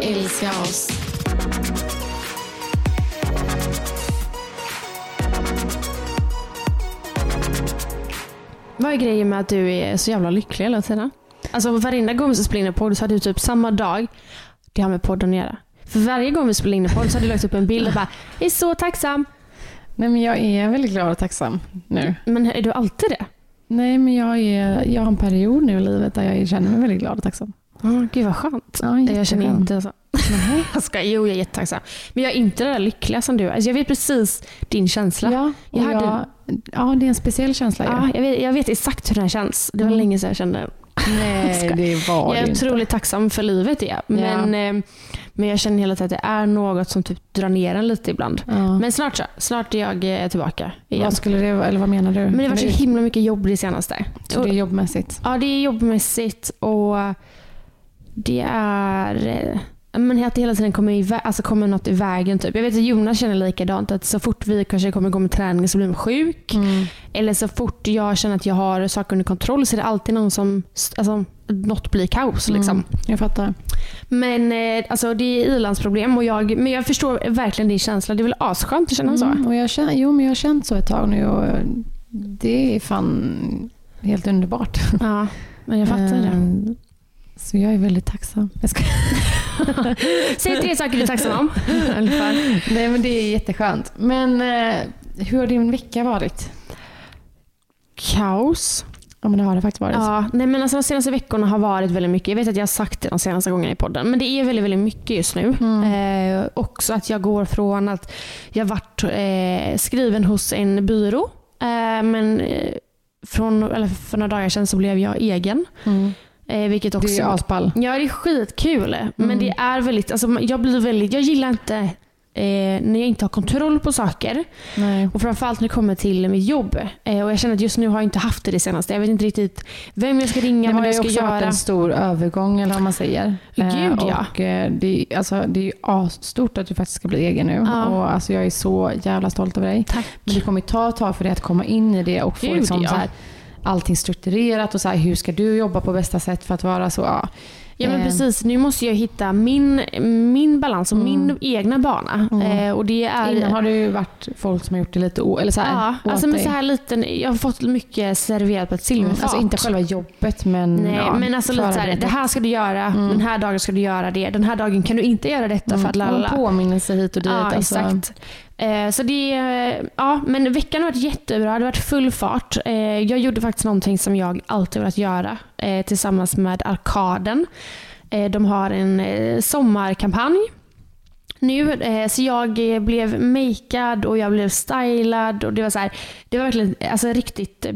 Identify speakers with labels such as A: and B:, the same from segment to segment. A: Älska oss.
B: Vad är grejen med att du är så jävla lycklig hela tiden? Alltså varenda gång vi spelar in en podd så har du typ samma dag, det har med podden att göra. För varje gång vi spelar in en podd så har du lagt upp en bild och bara “Jag är så tacksam”.
A: Nej men jag är väldigt glad och tacksam nu.
B: Men är du alltid det?
A: Nej men jag, är, jag har en period nu i livet där jag känner mig väldigt glad och tacksam.
B: Oh, gud vad skönt.
A: Ja,
B: jag känner
A: jätteskönt.
B: inte så. Jag ska, jo, jag är jättetacksam. Men jag är inte det där lyckliga som du är. Alltså, jag vet precis din känsla.
A: Ja, och
B: Jag
A: jag
B: hade-
A: ja, det är en speciell känsla
B: Ja,
A: ju.
B: jag, vet, jag vet exakt hur den här känns. Det var
A: Mm.
B: länge sedan jag kände
A: Nej,
B: Ska-
A: det var
B: Jag är
A: det inte.
B: otroligt tacksam för livet. Ja. Men, eh, men jag känner hela tiden att det är något som typ drar ner en lite ibland.
A: Ja.
B: Men snart så. Snart är jag eh, tillbaka igen.
A: Vad skulle det vara, eller vad menar du?
B: Men det har varit så himla mycket jobb det senaste.
A: Mm. så det är jobbmässigt.
B: Ja, det är jobbmässigt och det är eh, men att det hela tiden kommer, i vä- alltså kommer något i vägen. Typ. Jag vet att Jonas känner likadant. Att så fort vi kanske kommer gå med träning så blir man sjuk.
A: Mm.
B: Eller så fort jag känner att jag har saker under kontroll så är det alltid någon som... Alltså, något blir kaos. Liksom.
A: Mm, Jag fattar.
B: Men eh, alltså, det är ilandsproblem. Och jag, men jag förstår verkligen din känsla. Det är väl asskönt att känna så.
A: Mm, och jag känner, jo, men jag har känt så ett tag nu och det är fan helt underbart.
B: Ja, Eh, men jag fattar det.
A: Ehm, Så jag är väldigt tacksam. Jag ska...
B: Säg tre saker du är tacksam om. I alla fall.
A: Nej men det är jätteskönt. Men eh, hur har din vecka varit?
B: Kaos.
A: Ja men det har det faktiskt varit.
B: Ja, nej men alltså de senaste veckorna har varit väldigt mycket. Jag vet att jag har sagt det de senaste gångerna i podden, men det är väldigt, väldigt mycket just nu. Eh, också att jag går från att jag varit eh, skriven hos en byrå, eh, men eh, från, eller för några dagar sedan så blev jag egen.
A: Mm.
B: Eh, vilket också
A: Det är ju aspall.
B: Ja, det är skitkul. Men det är väldigt, alltså, jag blir väldigt, jag gillar inte eh, när jag inte har kontroll på saker.
A: Nej.
B: Och framförallt när det kommer till mitt jobb. Eh, och jag känner att just nu har jag inte haft det det senaste. Jag vet inte riktigt vem jag ska ringa,
A: Nej,
B: vad
A: men det har
B: jag
A: ju
B: ska
A: också varit
B: göra.
A: en stor övergång eller vad man säger.
B: Gud, ja.
A: och, eh, det, är- alltså, det är ju asstort att du faktiskt ska bli egen nu.
B: Ja.
A: Och, alltså, jag är så jävla stolt över dig.
B: Tack.
A: Men det kommer ju ta ett tag för dig att komma in i det och få
B: Gud,
A: liksom,
B: ja.
A: så här, allting strukturerat och så här, hur ska du jobba på bästa sätt för att vara så. Ja.
B: Ja men
A: Eh,
B: precis, nu måste jag hitta min, min balans och min egna bana. Eh, och det är...
A: Innan har det ju varit folk som har gjort det lite o- eller så här,
B: ja,
A: åt
B: alltså men
A: dig.
B: så här liten, jag har fått mycket serverat på ett silverfat.
A: Alltså inte själva jobbet men...
B: Mm, Nej,
A: ja,
B: men alltså lite såhär, det här ska du göra, den här dagen ska du göra det, den här dagen kan du inte göra detta för att
A: Mm,
B: lalala.
A: och Påminnelse hit och dit.
B: Ja,
A: alltså.
B: exakt. Eh, så det, eh, ja, men veckan har varit jättebra. Det har varit full fart. Eh, jag gjorde faktiskt någonting som jag alltid velat göra eh, tillsammans med Arkaden. Eh, de har en eh, sommarkampanj nu. Eh, så jag eh, blev makead och jag blev stylad. Och det, var så här, det var verkligen alltså, riktigt eh,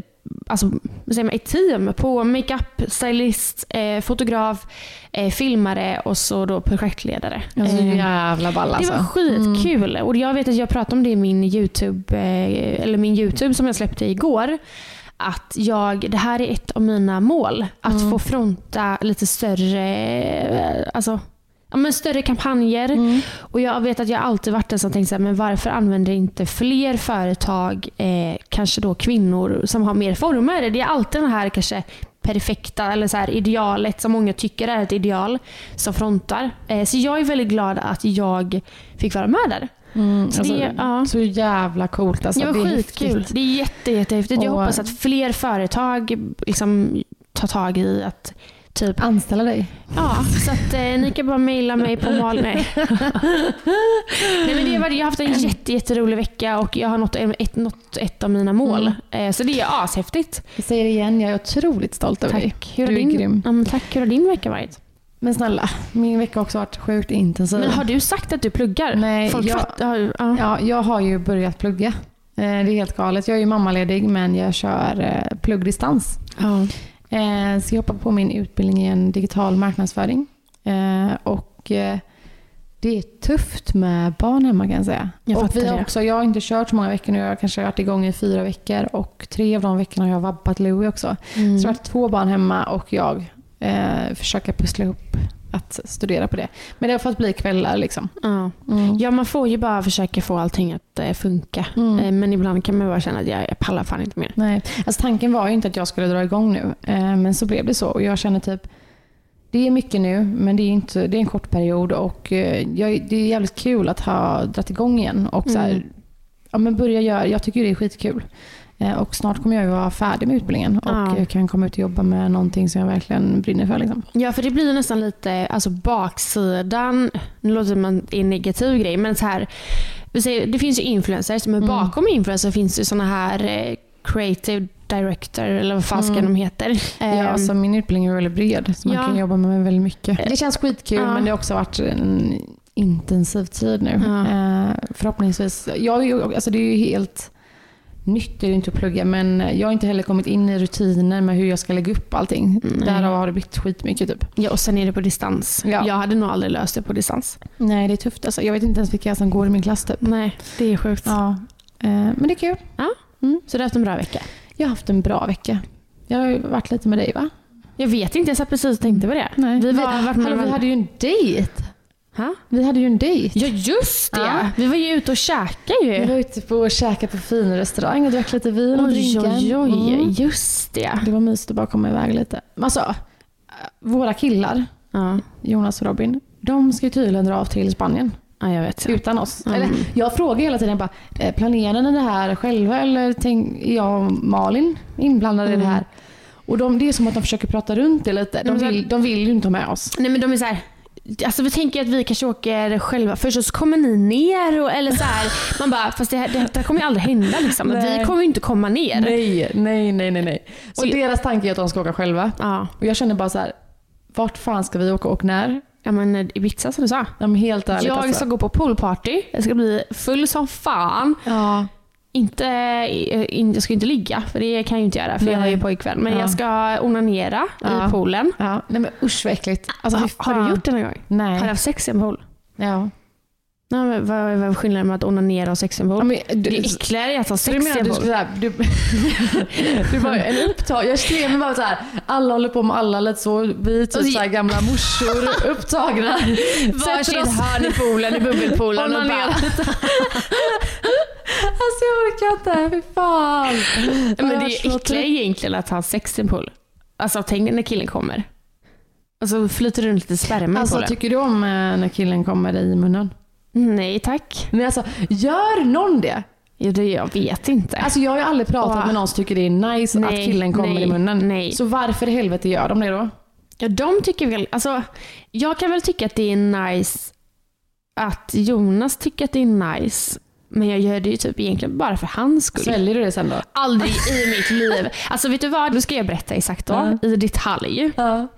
B: Alltså, vad säger man, ett team på makeup, stylist, eh, fotograf, eh, filmare och så då projektledare.
A: Alltså,
B: Eh,
A: jävla ball alltså.
B: det var skitkul. Och jag vet att jag pratade om det i min YouTube, eh, eller min YouTube som jag släppte igår. Att jag, det här är ett av mina mål. Att få fronta lite större eh, alltså, ja, men större kampanjer.
A: Mm.
B: Och jag vet att jag alltid varit den som tänkt så här, men varför använder inte fler företag, eh, kanske då kvinnor som har mer former? Det är alltid den här kanske perfekta eller så här idealet som många tycker är ett ideal som frontar. Eh, så jag är väldigt glad att jag fick vara med där.
A: Mm,
B: Så
A: alltså,
B: det- ja.
A: Så jävla coolt. Alltså,
B: det var
A: är
B: skitkul.
A: häftigt.
B: Det är jätte, jättehäftigt. Jag
A: Och-
B: hoppas att fler företag liksom, tar tag i att typ
A: Anställa dig.
B: Ja, så att eh, ni kan bara mejla mig på mal... Nej. Nej men det var det. Jag har haft en
A: Mm.
B: jätte, jätterolig vecka och jag har nått, en- ett, nått ett av mina mål.
A: Mm.
B: Eh, så det är ashäftigt.
A: Jag säger det igen, jag är otroligt stolt över dig.
B: Tack. Hur har
A: Du är
B: din,
A: grym.
B: Ja, men tack. Hur har din vecka varit?
A: Men snälla, min vecka har också varit sjukt intensiv.
B: Men har du sagt att du pluggar?
A: Nej,
B: Folk
A: jag-
B: fattar- har- ja.
A: Ja, jag har ju börjat plugga. Eh, Det är helt galet. Jag är ju mammaledig men jag kör eh, pluggdistans.
B: Ja.
A: Eh, Så jag hoppar på min utbildning i en digital marknadsföring. Eh, Och eh, det är tufft med barn hemma kan jag säga.
B: Jag
A: och
B: fattar
A: vi har
B: det.
A: också, jag har inte kört så många veckor nu. Jag har kanske varit igång i fyra veckor och tre av de veckorna har jag vabbat Louie också.
B: Mm.
A: Så det har varit två barn hemma och jag eh, försöker pussla ihop att studera på det. Men det har fått bli kvällar liksom.
B: Ja. ja, man får ju bara försöka få allting att eh, funka.
A: Mm.
B: Eh, men ibland kan man bara känna att jag, jag pallar fan inte mer.
A: Nej, alltså tanken var ju inte att jag skulle dra igång nu. eh, Men så blev det så. Och jag känner typ, det är mycket nu, men det är, inte, det är en kort period. Och eh, jag, det är jävligt kul att ha dragit igång igen. Och så här,
B: Mm.
A: ja, men börja göra, jag tycker ju det är skitkul. Eh, Och snart kommer jag ju vara färdig med utbildningen. Och
B: Ja.
A: jag kan komma ut och jobba med någonting som jag verkligen brinner för. Liksom.
B: Ja, för det blir ju nästan lite alltså baksidan. Nu låter det som att det är en negativ grej, men så här, vi säger, det finns ju influencers,
A: Mm.
B: men bakom influencers finns det såna här eh, creative director eller vad fan ska de heter.
A: Mm. Ja,
B: Ehm,
A: alltså min utbildning är väldigt bred, så man
B: ja.
A: kan jobba med väldigt mycket. Det känns skitkul,
B: Ja.
A: men det har också varit en intensiv tid nu.
B: Ja.
A: Eh, förhoppningsvis. Jag är ju, alltså det är ju helt nytt, det är ju inte att plugga, men jag har inte heller kommit in i rutiner med hur jag ska lägga upp allting.
B: Nej.
A: Därav har det blivit skitmycket. Typ.
B: ja, och sen är det på distans.
A: Ja.
B: Jag hade nog aldrig löst det på distans.
A: Nej, det är tufft. Alltså, jag vet inte ens vilka som går i min klass. Typ.
B: Nej, det är sjukt.
A: Ja. Eh, men det är kul.
B: Så du har haft en bra vecka?
A: Jag har haft en bra vecka. Jag har ju varit lite med dig va?
B: Jag vet inte, jag satt precis och tänkte på det. Vi, var,
A: vi,
B: vart man
A: Mm. hallå, vi
B: var-
A: hade ju en dejt.
B: Ha?
A: Vi hade ju en dejt.
B: Ja, just det!
A: Ja.
B: Vi var ju ute och käkade
A: Vi
B: ju.
A: var ute på och käkade på fin restaurang och drack lite vin och
B: Oj,
A: drinkar.
B: oj, oj.
A: Mm.
B: Just det.
A: Det var mysigt att bara komma iväg lite. Men Alltså, äh, våra killar,
B: Ja,
A: Jonas och Robin, de ska ju tydligen dra av till Spanien
B: ja jag vet.
A: utan oss.
B: Mm.
A: Eller, jag frågar hela tiden bara, eh, planerar ni det här själva eller tänk, är jag och Malin inblandade i det här? Och de, det är som att de försöker prata runt det lite. De
B: Men så-
A: vill, de vill ju inte ha med oss.
B: Nej men de är så här. Alltså vi tänker att vi kanske åker själva först och så kommer ni ner. Och, eller så här, man bara, fast det här, det här kommer ju aldrig hända liksom.
A: Nej.
B: Vi kommer ju inte komma ner.
A: Nej, nej, nej, nej. nej. Och
B: Så-
A: deras tanke är att de ska åka själva.
B: Ja,
A: Och jag känner bara så här, vart fan ska vi åka och när?
B: ja men eh, Ibiza som du sa.
A: Ja, men helt ärligt
B: Jag
A: alltså.
B: ska gå på poolparty. Jag ska bli full som fan.
A: Ja.
B: Inte, eh, in, jag ska inte ligga för det kan jag ju inte göra för jag har
A: Nej.
B: ju pojkvän. Men
A: Ja.
B: jag ska onanera
A: Ja.
B: i poolen.
A: ja. Nej men usch vad äckligt. Alltså, fy
B: har, har
A: fan.
B: du gjort det någon gång? Har du
A: Nej.
B: haft sex i en pool?
A: Ja.
B: Nej, men vad vad är skillnaden med att onanera och sex i en pool?
A: men,
B: det är äckligare att ha
A: Så du
B: sex
A: menar
B: i
A: att
B: en
A: du
B: pool.
A: skulle såhär, du, du bara en upptag, jag skrev mig bara såhär, alla håller på med alla lite så, vi är
B: Och
A: typ
B: så-
A: såhär gamla morsor upptagna. Sätter
B: Varsin
A: oss-
B: hörn i poolen, i bubbelpoolen och
A: Onanerar
B: bara...
A: lite. Alltså jag orkar inte, fy fan.
B: Men det
A: Jag
B: är
A: har
B: ju
A: så
B: äckligare egentligen att ha sex i en pool. Alltså tänk när killen kommer. Och så flyter det runt lite sperma i
A: Alltså
B: poolen.
A: tycker du om eh, när killen kommer dig i munnen?
B: Nej tack.
A: Men alltså, gör någon det?
B: Ja, det, jag vet inte.
A: Alltså jag har ju aldrig pratat
B: Åh.
A: med någon som tycker det är nice att
B: Nej,
A: killen kommer
B: nej,
A: i munnen.
B: nej.
A: Så varför i helvete gör de det då?
B: ja, de tycker väl... Alltså, jag kan väl tycka att det är nice att Jonas tycker att det är nice. Men jag gör det ju typ egentligen bara för hans skull.
A: Sväljer du det sen då?
B: Aldrig i mitt liv. Alltså vet du vad? Nu ska jag berätta exakt då.
A: Ja.
B: I detalj.
A: Ja.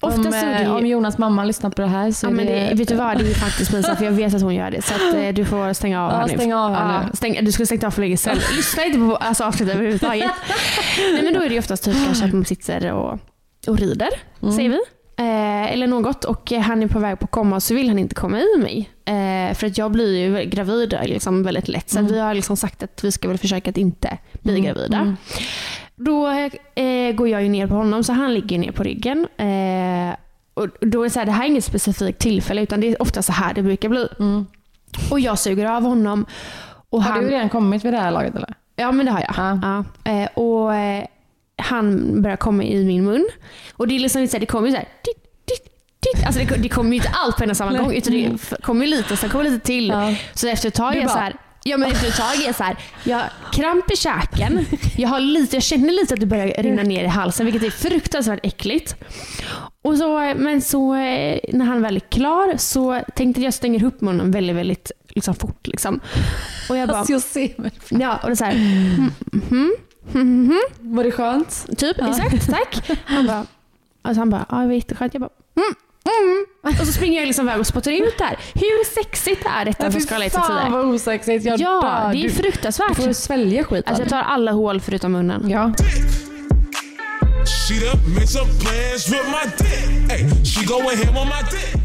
B: Oftast
A: Om,
B: är det ju...
A: eh, om Jonas mamma lyssnar på det här så
B: Ja,
A: är
B: men
A: Alltså, det...
B: det, vet du vad, det är faktiskt pinsamt för jag vet att hon gör det. Så att, eh, du får stänga av
A: Ja,
B: här nu.
A: stäng av här
B: Ja,
A: nu.
B: stäng, du skulle stängt av för länge sedan. Lyssna inte på alltså, avsnittet överhuvudtaget. Nej, men då är det ju oftast typ kanske att man sitter och, och rider,
A: Mm.
B: säger vi. Eh, eller något och eh, han är på väg på att komma och så vill han inte komma i mig. Eh, för att jag blir ju gravid liksom väldigt lätt. Så
A: Mm.
B: vi har liksom sagt att vi ska väl försöka att inte bli gravida.
A: Mm.
B: Då eh, går jag ju ner på honom så han ligger ju ner på ryggen. Eh, Och då är det, så här, det här är inget specifikt tillfälle utan det är ofta så här det brukar bli. Och jag suger av honom. Och
A: Mm. Har
B: han,
A: du redan kommit vid det här laget eller?
B: Ja, men det har jag.
A: Ja.
B: Ja. Eh, och eh, han börjar komma i min mun. Och det är liksom så här, det kommer ju så här. Titt, titt, titt. Alltså det, det kommer ju inte allt på en och samma gång utan det f- kommer ju lite, sen kommer lite till.
A: Ja.
B: Så efter ett tag
A: Du
B: är jag
A: bara-
B: så här, Ja men efter ett tag är jag så här, jag har kramp i käken, jag, har lite, jag känner lite att det börjar rinna ner i halsen vilket är fruktansvärt äckligt. Och så, eh, men så eh, när han väl är klar så tänkte jag stänger upp munnen väldigt, väldigt liksom, fort. Liksom. Och jag bara,
A: Alltså, jag ser mig.
B: ja, och det är så här,
A: Var det skönt?
B: Typ, exakt, tack. Han bara, alltså han bara, ja det var jätteskönt. Jag bara, mm, mm. Och så springer jag liksom iväg och spottar ut där. Hur sexigt är detta på skala 1 till 10?
A: vad osexigt. Jag
B: Ja,
A: dör.
B: det är
A: du, du
B: fruktansvärt.
A: får svälja skiten.
B: Alltså jag tar alla hål förutom munnen.
A: Ja.
C: She up, makes up plans with my dick. Hey, she go with him on my dick.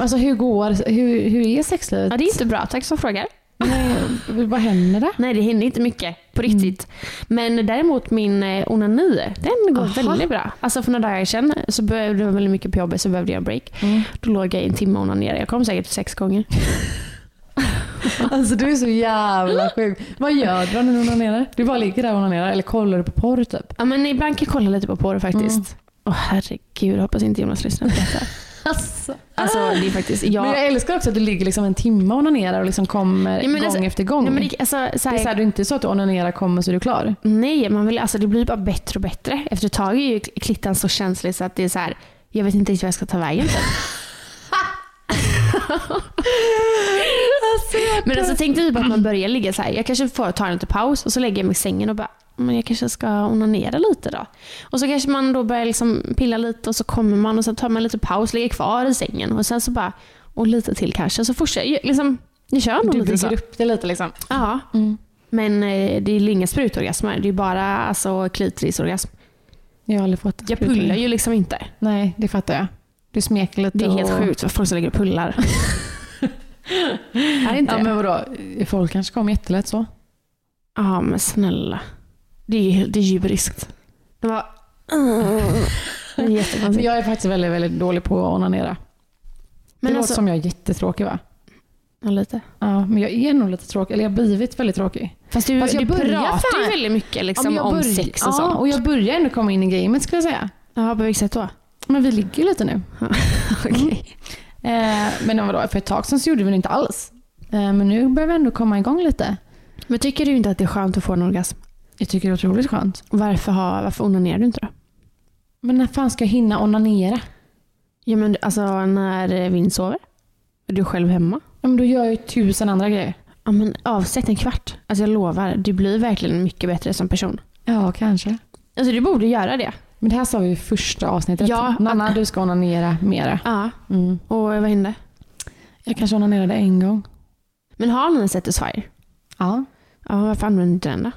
A: Alltså hur går, hur, hur är sexlivet?
B: Ja, det är inte bra, tack som frågar.
A: Nej, vad händer det?
B: Nej, det händer inte mycket på
A: Mm.
B: riktigt. Men däremot min eh, onani, den går
A: Aha.
B: väldigt bra. Alltså för några dagar sedan så behövde jag väldigt mycket på jobbet så behövde jag en break.
A: Mm.
B: Då låg jag i en timme och onanerade. Jag kom säkert sex gånger.
A: Alltså du är så jävla sjuk. Vad gör du när du onanerar? Du bara ligger där och onanerar eller kollar du på porr typ?
B: Ja men ibland kan jag kolla lite på porr faktiskt.
A: Mm.
B: Åh herregud, hoppas inte Jonas lyssnar på detta.
A: Alltså.
B: Alltså det är faktiskt, jag...
A: Men jag älskar också att du ligger liksom en timme och onanerar och liksom kommer
B: Ja, men
A: gång
B: alltså-
A: efter gång.
B: Nej, men
A: det,
B: det, alltså, så här,
A: är så här, du är inte så att du onanerar, kommer så är du klar.
B: nej man vill, alltså, det blir bara bättre och bättre. Efter ett tag är ju klittan så känslig så att det är så här, jag vet inte riktigt vad jag ska ta vägen till. men alltså tänk dig bara att man börjar ligga så här. jag kanske får ta en liten paus och så lägger jag mig i sängen och bara, men jag kanske ska onanera lite då. Och så kanske man då börjar liksom pilla lite och så kommer man och så tar man lite paus, ligger kvar i sängen och sen så bara, och lite till kanske, så fortsätter jag liksom, ni kör nog
A: Du
B: lite så.
A: bygger upp det lite liksom.
B: Ja. Men eh, det är ju inga sprutorgasmer. Det är bara alltså, klitorisorgasm.
A: Jag har aldrig fått
B: Jag pullar ju liksom inte.
A: Nej, det fattar jag. Du smeker lite
B: Det är helt
A: och...
B: sjukt vad folk som ligger och pullar. är det inte
A: Ja
B: det?
A: men vadå, folk kanske kommer jättelätt så.
B: Mm. Ja, men snälla. Det är ju helt- det är djuriskt. Det var... Det är
A: Alltså,
B: jättekonstigt.
A: jag är faktiskt väldigt, väldigt dålig på att onanera. det
B: Men
A: låter
B: alltså,
A: som jag är jättetråkig va?
B: ja, lite.
A: Ja, men jag är nog lite tråkig, eller jag har blivit väldigt tråkig.
B: Fast du,
A: Fast jag
B: du
A: börjar
B: pratar ju
A: fan-
B: väldigt mycket liksom,
A: Ja, men jag
B: om
A: börj-
B: sex och
A: ja,
B: sånt.
A: och jag börjar ändå komma in i gamet skulle jag säga.
B: Ja, på vilket sätt då?
A: Men vi ligger ju lite nu.
B: Okej.
A: Eh, men vadå, för ett tag sedan så gjorde vi det inte alls. Eh, men nu börjar vi ändå komma igång lite.
B: Men tycker du inte att det är skönt att få en orgasm?
A: Jag tycker det är otroligt skönt.
B: Varför, har, varför onanerar du inte då?
A: Men när fan ska jag hinna onanera?
B: Ja, men alltså när eh, Vin sover? Är du själv hemma?
A: Ja, men då gör jag ju tusen andra grejer.
B: Ja, men avsätt en kvart. Alltså jag lovar, du blir verkligen mycket bättre som person.
A: Ja, kanske.
B: Alltså du borde göra det.
A: Men det här sa vi i första avsnittet.
B: Ja.
A: Nanna, du ska onanera mera.
B: Ja.
A: Mm.
B: Och vad hände?
A: Jag kanske onanerade en gång.
B: Men har ni en Satisfyer?
A: Ja.
B: Ja, varför använder du inte den då?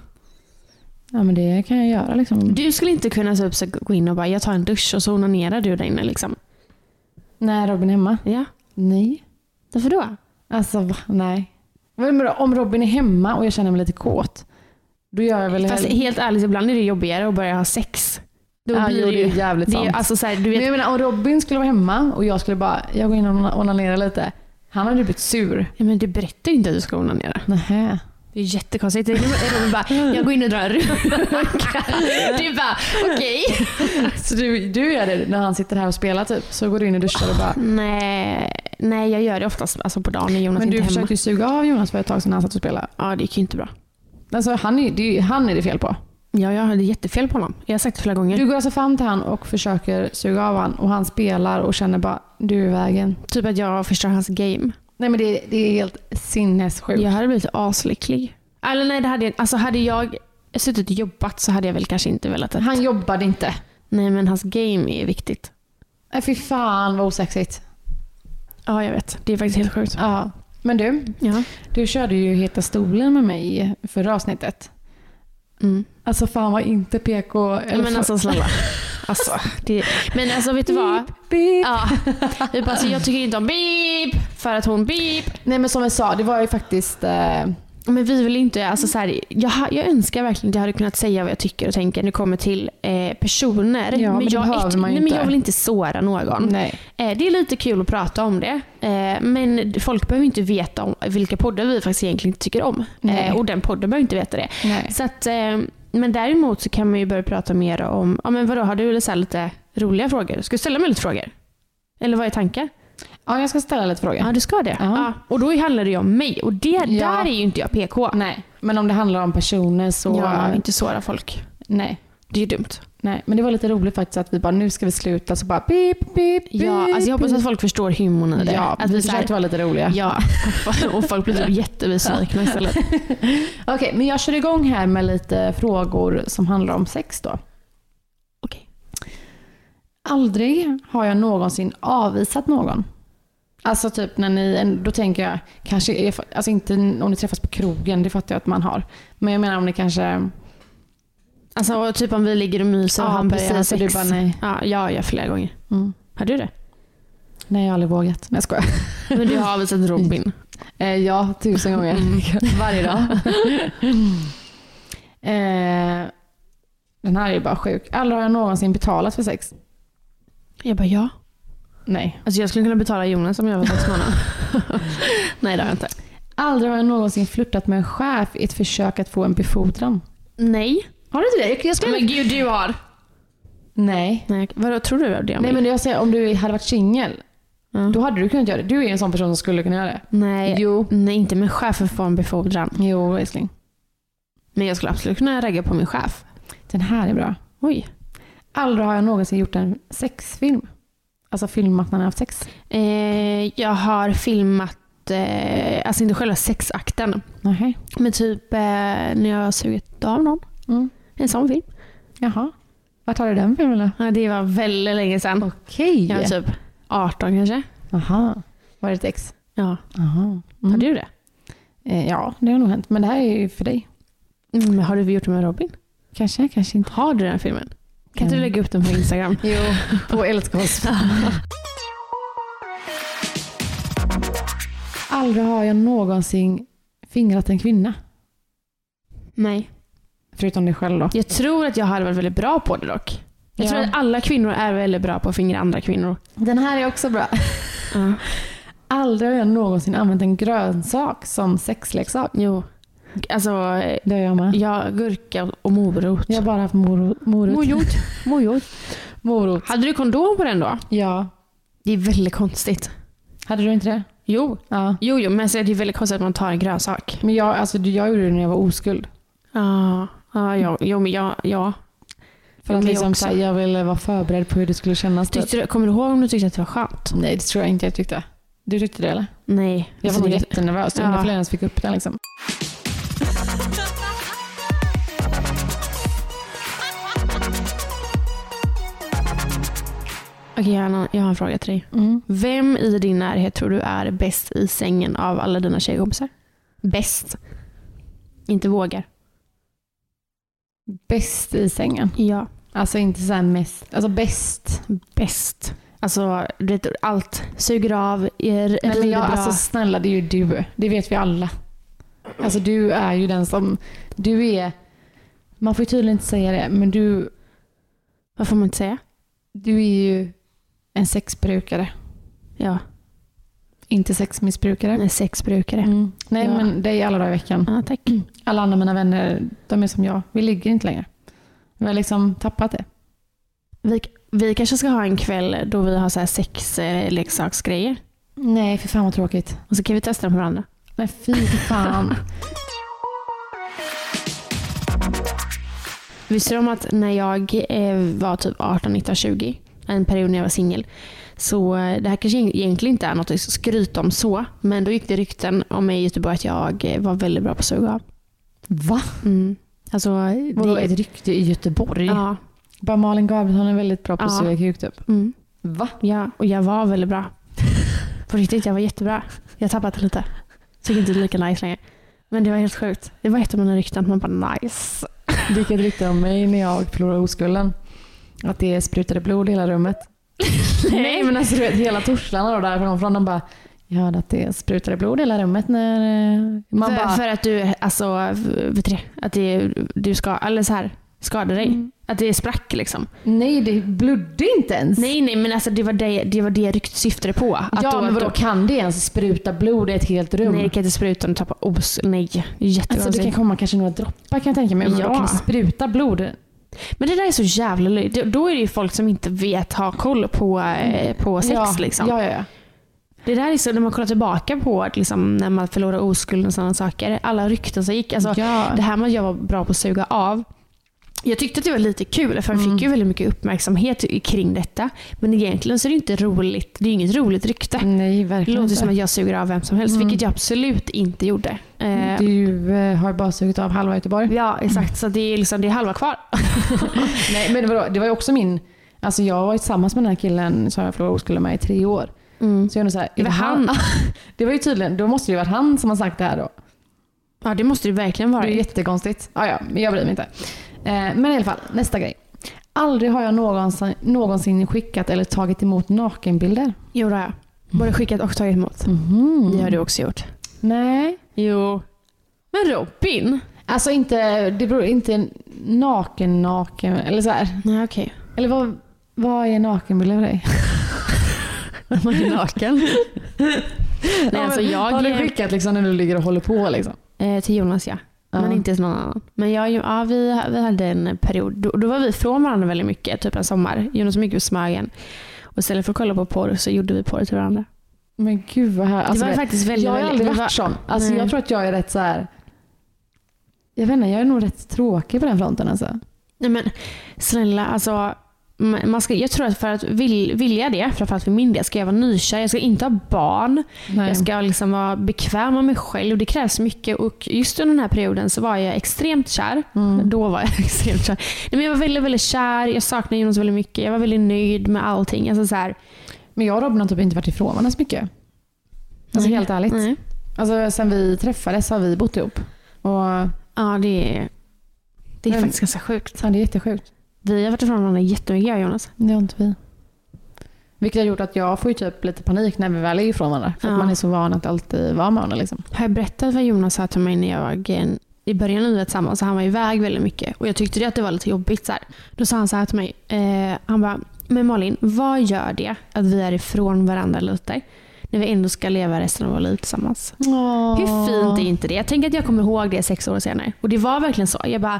A: Ja, men det kan jag göra liksom.
B: Du skulle inte kunna så, upp, så gå in och bara, jag tar en dusch och så onanerar du där inne liksom.
A: När Robin är hemma?
B: Ja.
A: Nej.
B: Varför då?
A: Alltså, va? nej. Men vadå, om Robin är hemma och jag känner mig lite kåt, då gör jag väl
B: Fast
A: hellre-
B: helt ärligt, ibland är det jobbigare att börja ha sex. Då
A: Ja,
B: blir
A: jo,
B: det ju...
A: jävligt
B: Det är, ju-
A: sant.
B: alltså, så här, du
A: Men
B: vet,
A: jag menar, om Robin skulle vara hemma och jag skulle bara, jag går in och onanerar lite. Han hade blivit sur.
B: ja, men du berättar ju inte att du ska onanera.
A: Nähä.
B: Det är jättekonstigt. Det är Robin bara, jag går in och drar en runka. Du bara, okej.
A: Så du, du gör det när han sitter här och spelar typ? Så går du in och duschar och bara...
B: Nej, nej, jag gör det oftast alltså på dagen när Jonas
A: Men
B: inte Ah, är
A: du
B: hemma.
A: försökte ju suga av Jonas för ett tag sedan när han satt och spelade.
B: Ja, det gick ju inte bra.
A: Alltså han är, det är, ju- han är det fel på.
B: Ja, jag hade jättefel på honom. Jag har sagt det flera gånger.
A: Du går alltså fram till han och försöker suga av han och han spelar och känner bara, du är i vägen.
B: typ att jag förstör hans game.
A: Nej men det, det är helt sinnessjukt.
B: Jag hade blivit aslycklig. Eller nej, det hade, jag- alltså hade jag suttit och jobbat så hade jag väl kanske inte velat att...
A: Han jobbade inte.
B: Nej, men hans game är viktigt.
A: Nej fy fan vad osexigt.
B: Ja, jag vet. Det är faktiskt helt sjukt.
A: Ja. Men du,
B: Ja.
A: du körde ju Heta stolen med mig i förra avsnittet.
B: Mm.
A: Alltså fan vad inte PK... Eller
B: Men alltså snälla. Alltså, det, men alltså vet du vad?
A: Beep, beep.
B: Ja. Vi bara, alltså, jag tycker inte om beep för att hon beep.
A: Nej men som jag sa, det var ju faktiskt... Eh,
B: Men vi vill inte, alltså så här, jag, ha- jag önskar verkligen att jag hade kunnat säga vad jag tycker och tänker när det kommer till eh, personer.
A: Ja, men det
B: jag,
A: behöver man
B: nej,
A: ju
B: men
A: inte.
B: jag vill inte såra någon.
A: Nej.
B: Eh, det är lite kul att prata om det. Eh, men folk behöver inte veta om vilka poddar vi faktiskt egentligen inte tycker om.
A: Nej.
B: Eh, och den podden behöver inte veta det.
A: Nej.
B: Så att, eh, men däremot så kan man ju börja prata mer om, ja men vadå, har du så här lite roliga frågor? Ska du ställa mig lite frågor? Eller vad är tanken?
A: Ja, jag ska ställa lite
B: Ja,
A: frågor.
B: du ska det.
A: Ja.
B: Ja, och då handlar det ju om mig och det,
A: Ja.
B: där är ju inte jag PK.
A: Nej, men om det handlar om personer så...
B: Ja, inte såra folk.
A: Nej.
B: Det är ju dumt.
A: Nej, men det var lite roligt faktiskt att vi bara nu ska vi sluta så bara pip, pip, pip.
B: Ja, alltså jag hoppas att folk förstår humorn i det.
A: Ja,
B: att
A: vi,
B: så här-
A: försökte vara lite roliga.
B: Ja, och folk blir typ jättebesvikna istället.
A: Okej, men jag kör igång här med lite frågor som handlar om sex då.
B: Okej.
A: Aldrig har jag någonsin avvisat någon. Alltså typ när ni, då tänker jag kanske, är- alltså inte om ni träffas på krogen, det fattar jag att man har. Men jag menar om ni kanske, "Ah,
B: Alltså och typ om vi ligger och myser och
A: Ja,
B: han börjar ha
A: precis, och
B: sex.
A: du bara, nej.
B: Ja, jag gör flera gånger.
A: Mm.
B: Har du det?
A: nej jag har aldrig vågat, nej jag skojar.
B: Men du har avvisat Robin.
A: Eh, ja, tusen gånger.
B: Mm.
A: Varje dag. eh, den här är ju bara sjuk. Aldrig har jag någonsin betalat för sex.
B: Jag bara ja.
A: Nej.
B: Alltså jag skulle kunna betala Jonas om jag var sexmånad. Nej det har jag inte.
A: Aldrig har jag någonsin flirtat med en chef i ett försök att få en befordran.
B: Nej.
A: Har du inte det? Jag- Jag skulle...
B: Men gud du har.
A: Nej.
B: Nej, vadå tror du det?
A: Nej men jag säger om du hade varit singel,
B: Ja.
A: då hade du kunnat göra det. Du är en sån person som skulle kunna göra det.
B: Nej.
A: Jo.
B: Nej, inte med chefen får en befordran.
A: Jo, älskling.
B: Men jag skulle absolut kunna ragga på min chef.
A: Den här är bra.
B: Oj.
A: Aldrig har jag någonsin gjort en sexfilm. Alltså filmat när man har haft sex.
B: Eh, jag har filmat, eh, alltså inte själva sexakten,
A: Nej.
B: men typ eh, när jag har sugit av någon.
A: Mm.
B: En sån film.
A: Jaha. Vart har du den filmen då?
B: Ja, det var väldigt länge sedan.
A: Okej.
B: Jag var typ 18 kanske.
A: Aha. Var det ett ex?
B: Ja.
A: Aha.
B: Har du det?
A: Eh, ja, det har nog hänt. Men det här är ju för dig.
B: Mm, men har du gjort det med Robin?
A: Kanske, kanske inte.
B: Har du den filmen? Kan inte
A: Mm.
B: du lägga upp den på Instagram?
A: Jo, på älskos. Aldrig har jag någonsin fingrat en kvinna.
B: Nej.
A: Förutom dig själv då.
B: Jag tror att jag hade varit väldigt bra på det dock. Jag
A: Ja.
B: tror att alla kvinnor är väldigt bra på att fingra andra kvinnor.
A: Den här är också bra.
B: Ja.
A: Aldrig har jag någonsin använt en grönsak som sexleksak.
B: Jo. Alltså, eh,
A: Det gör jag med.
B: ja, gurka och morot.
A: Jag har bara haft moro- morot.
B: Morot. Morot.
A: morot.
B: Hade du kondom på den då?
A: Ja.
B: Det är väldigt konstigt.
A: Hade du inte det?
B: Jo.
A: Ja.
B: Jo, jo men så är det är väldigt konstigt att man tar en grönsak.
A: Men jag, alltså, jag gjorde det när jag var oskuld.
B: Ja, ja, ja, jo, men ja, ja.
A: För
B: Jo, men jag
A: att liksom,
B: också.
A: så här, jag ville vara förberedd på hur det skulle kännas. typ.
B: Tyckte du, kommer du ihåg om du tyckte att det var skönt?
A: Nej, det tror jag inte jag tyckte. Du tyckte det eller?
B: Nej.
A: Jag var
B: Alltså,
A: nog
B: det-
A: jättenervös. Jag
B: Ja.
A: undrar varför jag ens fick upp den liksom.
B: Okej, jag, har en- jag har en fråga till dig.
A: Mm.
B: Vem i din närhet tror du är bäst i sängen av alla dina tjejkompisar? Bäst. Inte vågar.
A: Bäst i sängen.
B: Ja.
A: Alltså inte så här mest. Alltså bäst.
B: Bäst. Alltså, du vet, allt. Suger av, är,
A: Nej,
B: rider
A: men jag,
B: bra.
A: alltså snälla, det är ju du. Det vet vi alla. Alltså du är ju den som... Du är... Man får ju tydligen inte säga det, men du,
B: Vad får man inte säga?
A: du är ju en sexbrukare.
B: Ja.
A: Inte sexmissbrukare.
B: En sexbrukare.
A: Mm. Nej,
B: Ja.
A: men det är alla dagar i veckan.
B: Ja, tack.
A: Alla andra mina vänner, de är som jag. Vi ligger inte längre. Vi har liksom tappat det.
B: Vi, vi kanske ska ha en kväll då vi har så här sex eh, leksaksgrejer.
A: Nej, för fan vad tråkigt.
B: Och så kan vi testa dem på varandra.
A: Men fy fan.
B: Visste du om att när jag eh, var typ 18, 19, 20, en period när jag var singel, så eh, det här kanske eg- egentligen inte är något att skryta om så, men då gick det rykten om mig i Göteborg att jag eh, var väldigt bra på att suga av.
A: Va?
B: Mm. Alltså,
A: Vadå,
B: det-
A: ett rykte i Göteborg?
B: Ja.
A: Bara Malin Gabrielsson är väldigt bra på att
B: Ja.
A: suga kuk typ.
B: Mm.
A: Va?
B: ja, och jag var väldigt bra. På riktigt, jag var jättebra. Jag tappade lite. Tycker inte det är lika nice längre. Men det var helt sjukt. Det var ett av mina rykten, att man bara nice.
A: Det gick ett rykte om mig när jag förlorade oskulden. Att det sprutade blod i hela rummet. Nej men alltså du vet hela Torslanda då därifrån från de bara Jag hörde att det sprutade blod i hela rummet när eh, man
B: för,
A: bara...
B: för att du, är- alltså, vet du det? Att det, du ska, eller så här, skadade dig.
A: Mm.
B: Att det sprack liksom.
A: Nej, det blödde inte ens.
B: Nej, nej, men alltså det var det, det, var det ryktet syftade på. Att
A: ja, men vadå,
B: att
A: kan det ens spruta blod i ett helt
B: då,
A: rum?
B: Nej, det kan inte spruta och tappa os. Nej, det är
A: Alltså det
B: jättekonstigt.
A: kan komma kanske några droppar kan jag tänka mig. Men
B: Ja.
A: ja. kan det spruta blod?
B: Men det där är så jävla löjligt. Då- Då är det ju folk som inte vet ha koll på, eh, på sex.
A: ja.
B: Liksom.
A: Ja, ja, ja.
B: Det där är så, när man kollar tillbaka på liksom, när man förlorar oskulden och sådana saker. Alla rykten som gick. Alltså,
A: Ja.
B: Det här med att jag var bra på att suga av. Jag tyckte att det var lite kul för jag
A: Mm.
B: fick ju väldigt mycket uppmärksamhet i- kring detta. Men egentligen så är det inte roligt. Det är ju inget roligt rykte.
A: Nej,
B: Det
A: verkligen
B: låter
A: inte. Mm.
B: som att jag suger av vem som helst, vilket jag absolut inte gjorde. Eh,
A: Du eh, har ju bara sugit av halva Göteborg.
B: Ja, exakt. Så det är, liksom, det är halva kvar.
A: Nej, men vadå, det var ju också min... Alltså jag var ju tillsammans med den här killen som jag förlorade oskulden med i tre år. Så jag undrar så här,
B: Det
A: är
B: var Mm. han.
A: det var ju tydligen, då måste det ju varit han som har sagt det här då.
B: Ja, det måste det verkligen vara.
A: Det är jättekonstigt. Ja, ja, men jag bryr mig inte. Eh, men i alla fall, nästa grej. Aldrig har jag någonsin, någonsin skickat eller tagit emot nakenbilder.
B: Jo, det har jag. Både skickat och tagit emot.
A: Mhm.
B: Det har du också gjort.
A: Nej.
B: Jo. Men Robin?
A: Alltså inte, det beror inte naken, naken eller så här.
B: Nej, okej.
A: Eller vad, vad är nakenbilder för dig?
B: Man är naken. Nej, alltså
A: Har
B: jag...
A: du skickat liksom när du ligger och håller på liksom?
B: eh, till Jonas, ja. Men
A: Ja.
B: inte till någon annan. Men jag, ja, vi, vi hade en period, då, då var vi från varandra väldigt mycket, typ en sommar. Jonas var mycket på Smögen. Och istället för att kolla på porr så gjorde vi porr till varandra.
A: Men gud vad här. Alltså,
B: det var faktiskt väldigt...
A: jag har
B: väldigt-
A: aldrig
B: det var-
A: varit sån. Alltså,
B: Nej.
A: jag tror att jag är rätt så här. Jag vet inte, jag är nog rätt tråkig på den fronten alltså.
B: Nej men snälla, alltså. ma- Man ska, jag tror att för att vill, vilja det, framförallt för min del, ska jag vara nykär. Jag ska inte ha barn.
A: Nej.
B: Jag ska liksom vara bekväm med mig själv. Det krävs mycket. Och just under den här perioden så var jag extremt kär.
A: Mm.
B: Då var jag extremt kär. Nej, men jag var väldigt, väldigt kär. Jag saknade Jonas väldigt mycket. Jag var väldigt nöjd med allting. Alltså, så här,
A: Men jag och Robin har typ inte varit ifrån varandra så mycket. Alltså
B: Nej.
A: helt ärligt.
B: nej.
A: Alltså sen vi träffades har vi bott ihop. Och,
B: Ja, det är, det är
A: Men-
B: faktiskt ganska sjukt.
A: ja, det är jättesjukt.
B: Vi har varit ifrån varandra jättemycket jag och Jonas.
A: Det har inte vi. Vilket har gjort att jag får ju typ lite panik när vi väl är ifrån varandra. För
B: Ja.
A: att man är så van att alltid vara med varandra. Liksom.
B: Har jag berättat vad Jonas sa till mig när jag var gen- i början när vi var tillsammans? Så han var iväg väldigt mycket och jag tyckte det att det var lite jobbigt. Så här. Då sa han så här till mig. Eh, han bara, men Malin, vad gör det att vi är ifrån varandra lite? När vi ändå ska leva resten av våra liv tillsammans. Hur fint är inte det? Jag tänker att jag kommer ihåg det sex år senare. Och det var verkligen så. Jag bara,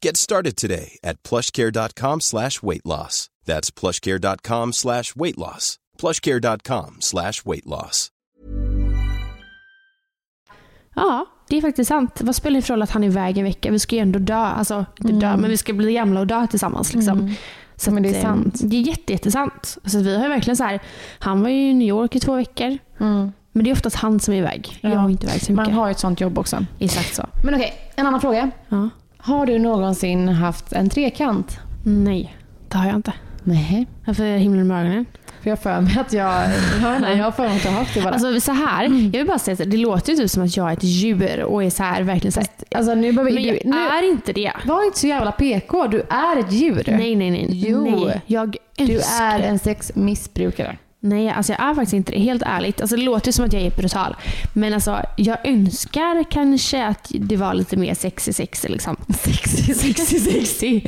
D: Get started today at plushcare.com slash weight loss. That's plushcare.com slash weight loss. plushcare.com slash weight loss.
B: ja. Det är faktiskt sant. Vad spelar det för roll att han är iväg en vecka? Vi ska ju ändå dö. Alltså, inte dö, men vi ska bli gamla och dö tillsammans. Liksom. Så
A: Mm. Men det är
B: eh,
A: sant.
B: Det är jätte, jättesant. Så att vi har ju verkligen så här, han var ju i New York i två veckor. Men det är oftast han som är iväg. Jag är inte iväg så mycket.
A: Mm. Man har ju ett sånt jobb också.
B: Exakt så.
A: Men okej, en annan fråga.
B: Ja.
A: Har du någonsin haft en trekant?
B: Nej, det har jag inte.
A: Nej.
B: Varför himlen med ögonen?
A: För jag har för mig att jag... Jag, vet inte, jag har för mig att jag har haft det bara. Alltså,
B: Alltså så här, jag vill bara säga att det låter ju typ som att jag är ett djur och är så här verkligen så här,
A: alltså, nu behöver
B: Men jag
A: du, nu,
B: är inte det.
A: Var inte så jävla PK. Du är ett djur.
B: Nej, nej, nej.
A: Jo.
B: Nej, jag
A: Du
B: älskar
A: är en sexmissbrukare.
B: Nej, alltså jag är faktiskt inte det. Helt ärligt. Alltså det låter ju som att jag är brutal. Men alltså, jag önskar kanske att det var lite mer sexy sexy liksom. Sexy sexy sexy.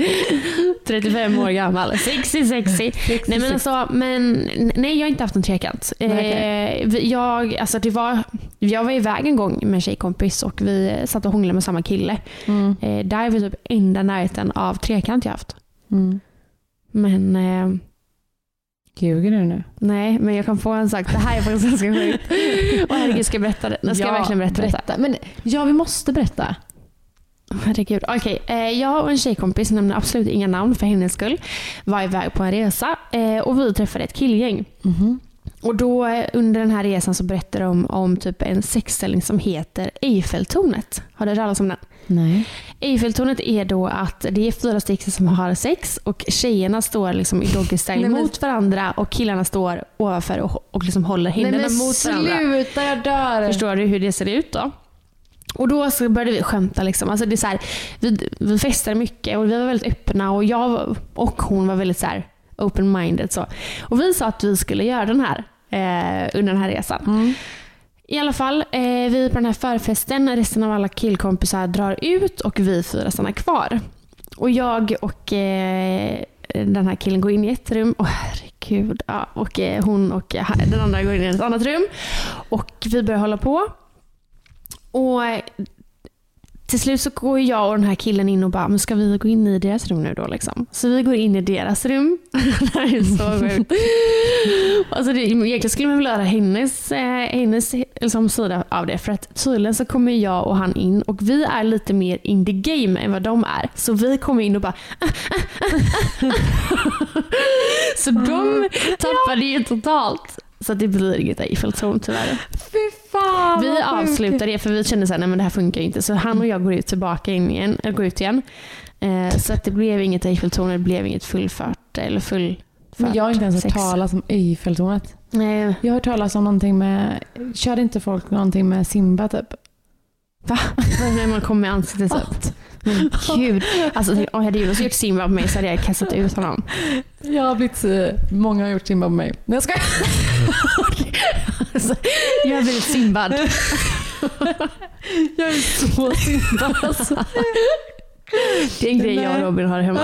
B: 35 år gammal. Sexy sexy. nej men alltså, men, nej jag har inte haft en trekant.
A: Nej, okej.
B: Eh, vi- jag, alltså det var, Jag var iväg en gång med en tjejkompis och vi satt och hånglade med samma kille.
A: Mm.
B: Eh, där är vi typ enda närheten av trekant jag haft.
A: Mm.
B: Men eh,
A: Ljuger du nu?
B: nej, men jag kan få en sak. Det här är faktiskt ganska sjukt. Och herregud, ska jag berätta det? Jag ska jag verkligen berätta, detta?
A: Men, ja, vi måste berätta.
B: Herregud. Okej, eh, jag och en tjejkompis, nämner absolut inga namn för hennes skull, var iväg på en resa eh, och vi träffade ett killgäng.
A: Mhm.
B: Och då eh, under den här resan så berättade de om typ en sexställning som heter Eiffeltornet. Har du hört talas om den?
A: Nej.
B: Eiffeltornet är då att det är fyra stycken som har sex och tjejerna står liksom i doggy style
A: Nej, men-
B: mot varandra och killarna står ovanför och, och liksom håller händerna mot varandra.
A: sluta, jag dör.
B: Förstår du hur det ser ut då? Och då så började vi skämta. Liksom. Alltså det är så här, vi, vi festade mycket och vi var väldigt öppna och jag var- och hon var väldigt så här open-minded. Så. Och vi sa att vi skulle göra den här eh, under den här resan. I alla fall, eh, vi är på den här förfesten, resten av alla killkompisar drar ut och vi fyra stannar kvar. Och jag och eh, den här killen går in i ett rum. Åh herregud. Ja, och eh, hon och eh, den andra går in i ett annat rum. Och vi börjar hålla på. Och eh, till slut så går ju jag och den här killen in och bara, men ska vi gå in i deras rum nu då? Liksom? Så vi går in i deras rum. det här är så sjukt. Alltså det, egentligen skulle man väl höra hennes, eh, hennes liksom, sida av det. För att tydligen så kommer jag och han in och vi är lite mer in the game än vad de är. Så vi kommer in och bara Så
A: Mm.
B: de tappade ju totalt. Så att det blir inget Eiffeltorn tyvärr.
A: Fy fan
B: Vi
A: vad sjukt.
B: avslutar det för vi kände såhär, nej men det här funkar ju inte. Så han och jag går ut tillbaka in igen. Eller går ut igen. Eh, så att det blev inget Eiffeltorn, det blev inget fullfört eller full
A: Men jag har inte ens hört
B: sex.
A: talas om Eiffeltornet.
B: Nej.
A: Jag har hört talas om någonting med... Körde inte folk någonting med Simba typ?
B: Va? När man kommer med ansiktet upp. Men gud. Alltså, tänk, om jag hade Jonas gjort Simba på mig så hade jag kastat ut honom.
A: Jag har blivit... eh, Många har gjort Simba på mig. Nej, jag skojar.
B: Alltså, jag hade blivit Simbad.
A: Jag är så Simba alltså.
B: Det är en grej jag och Robin har hemma.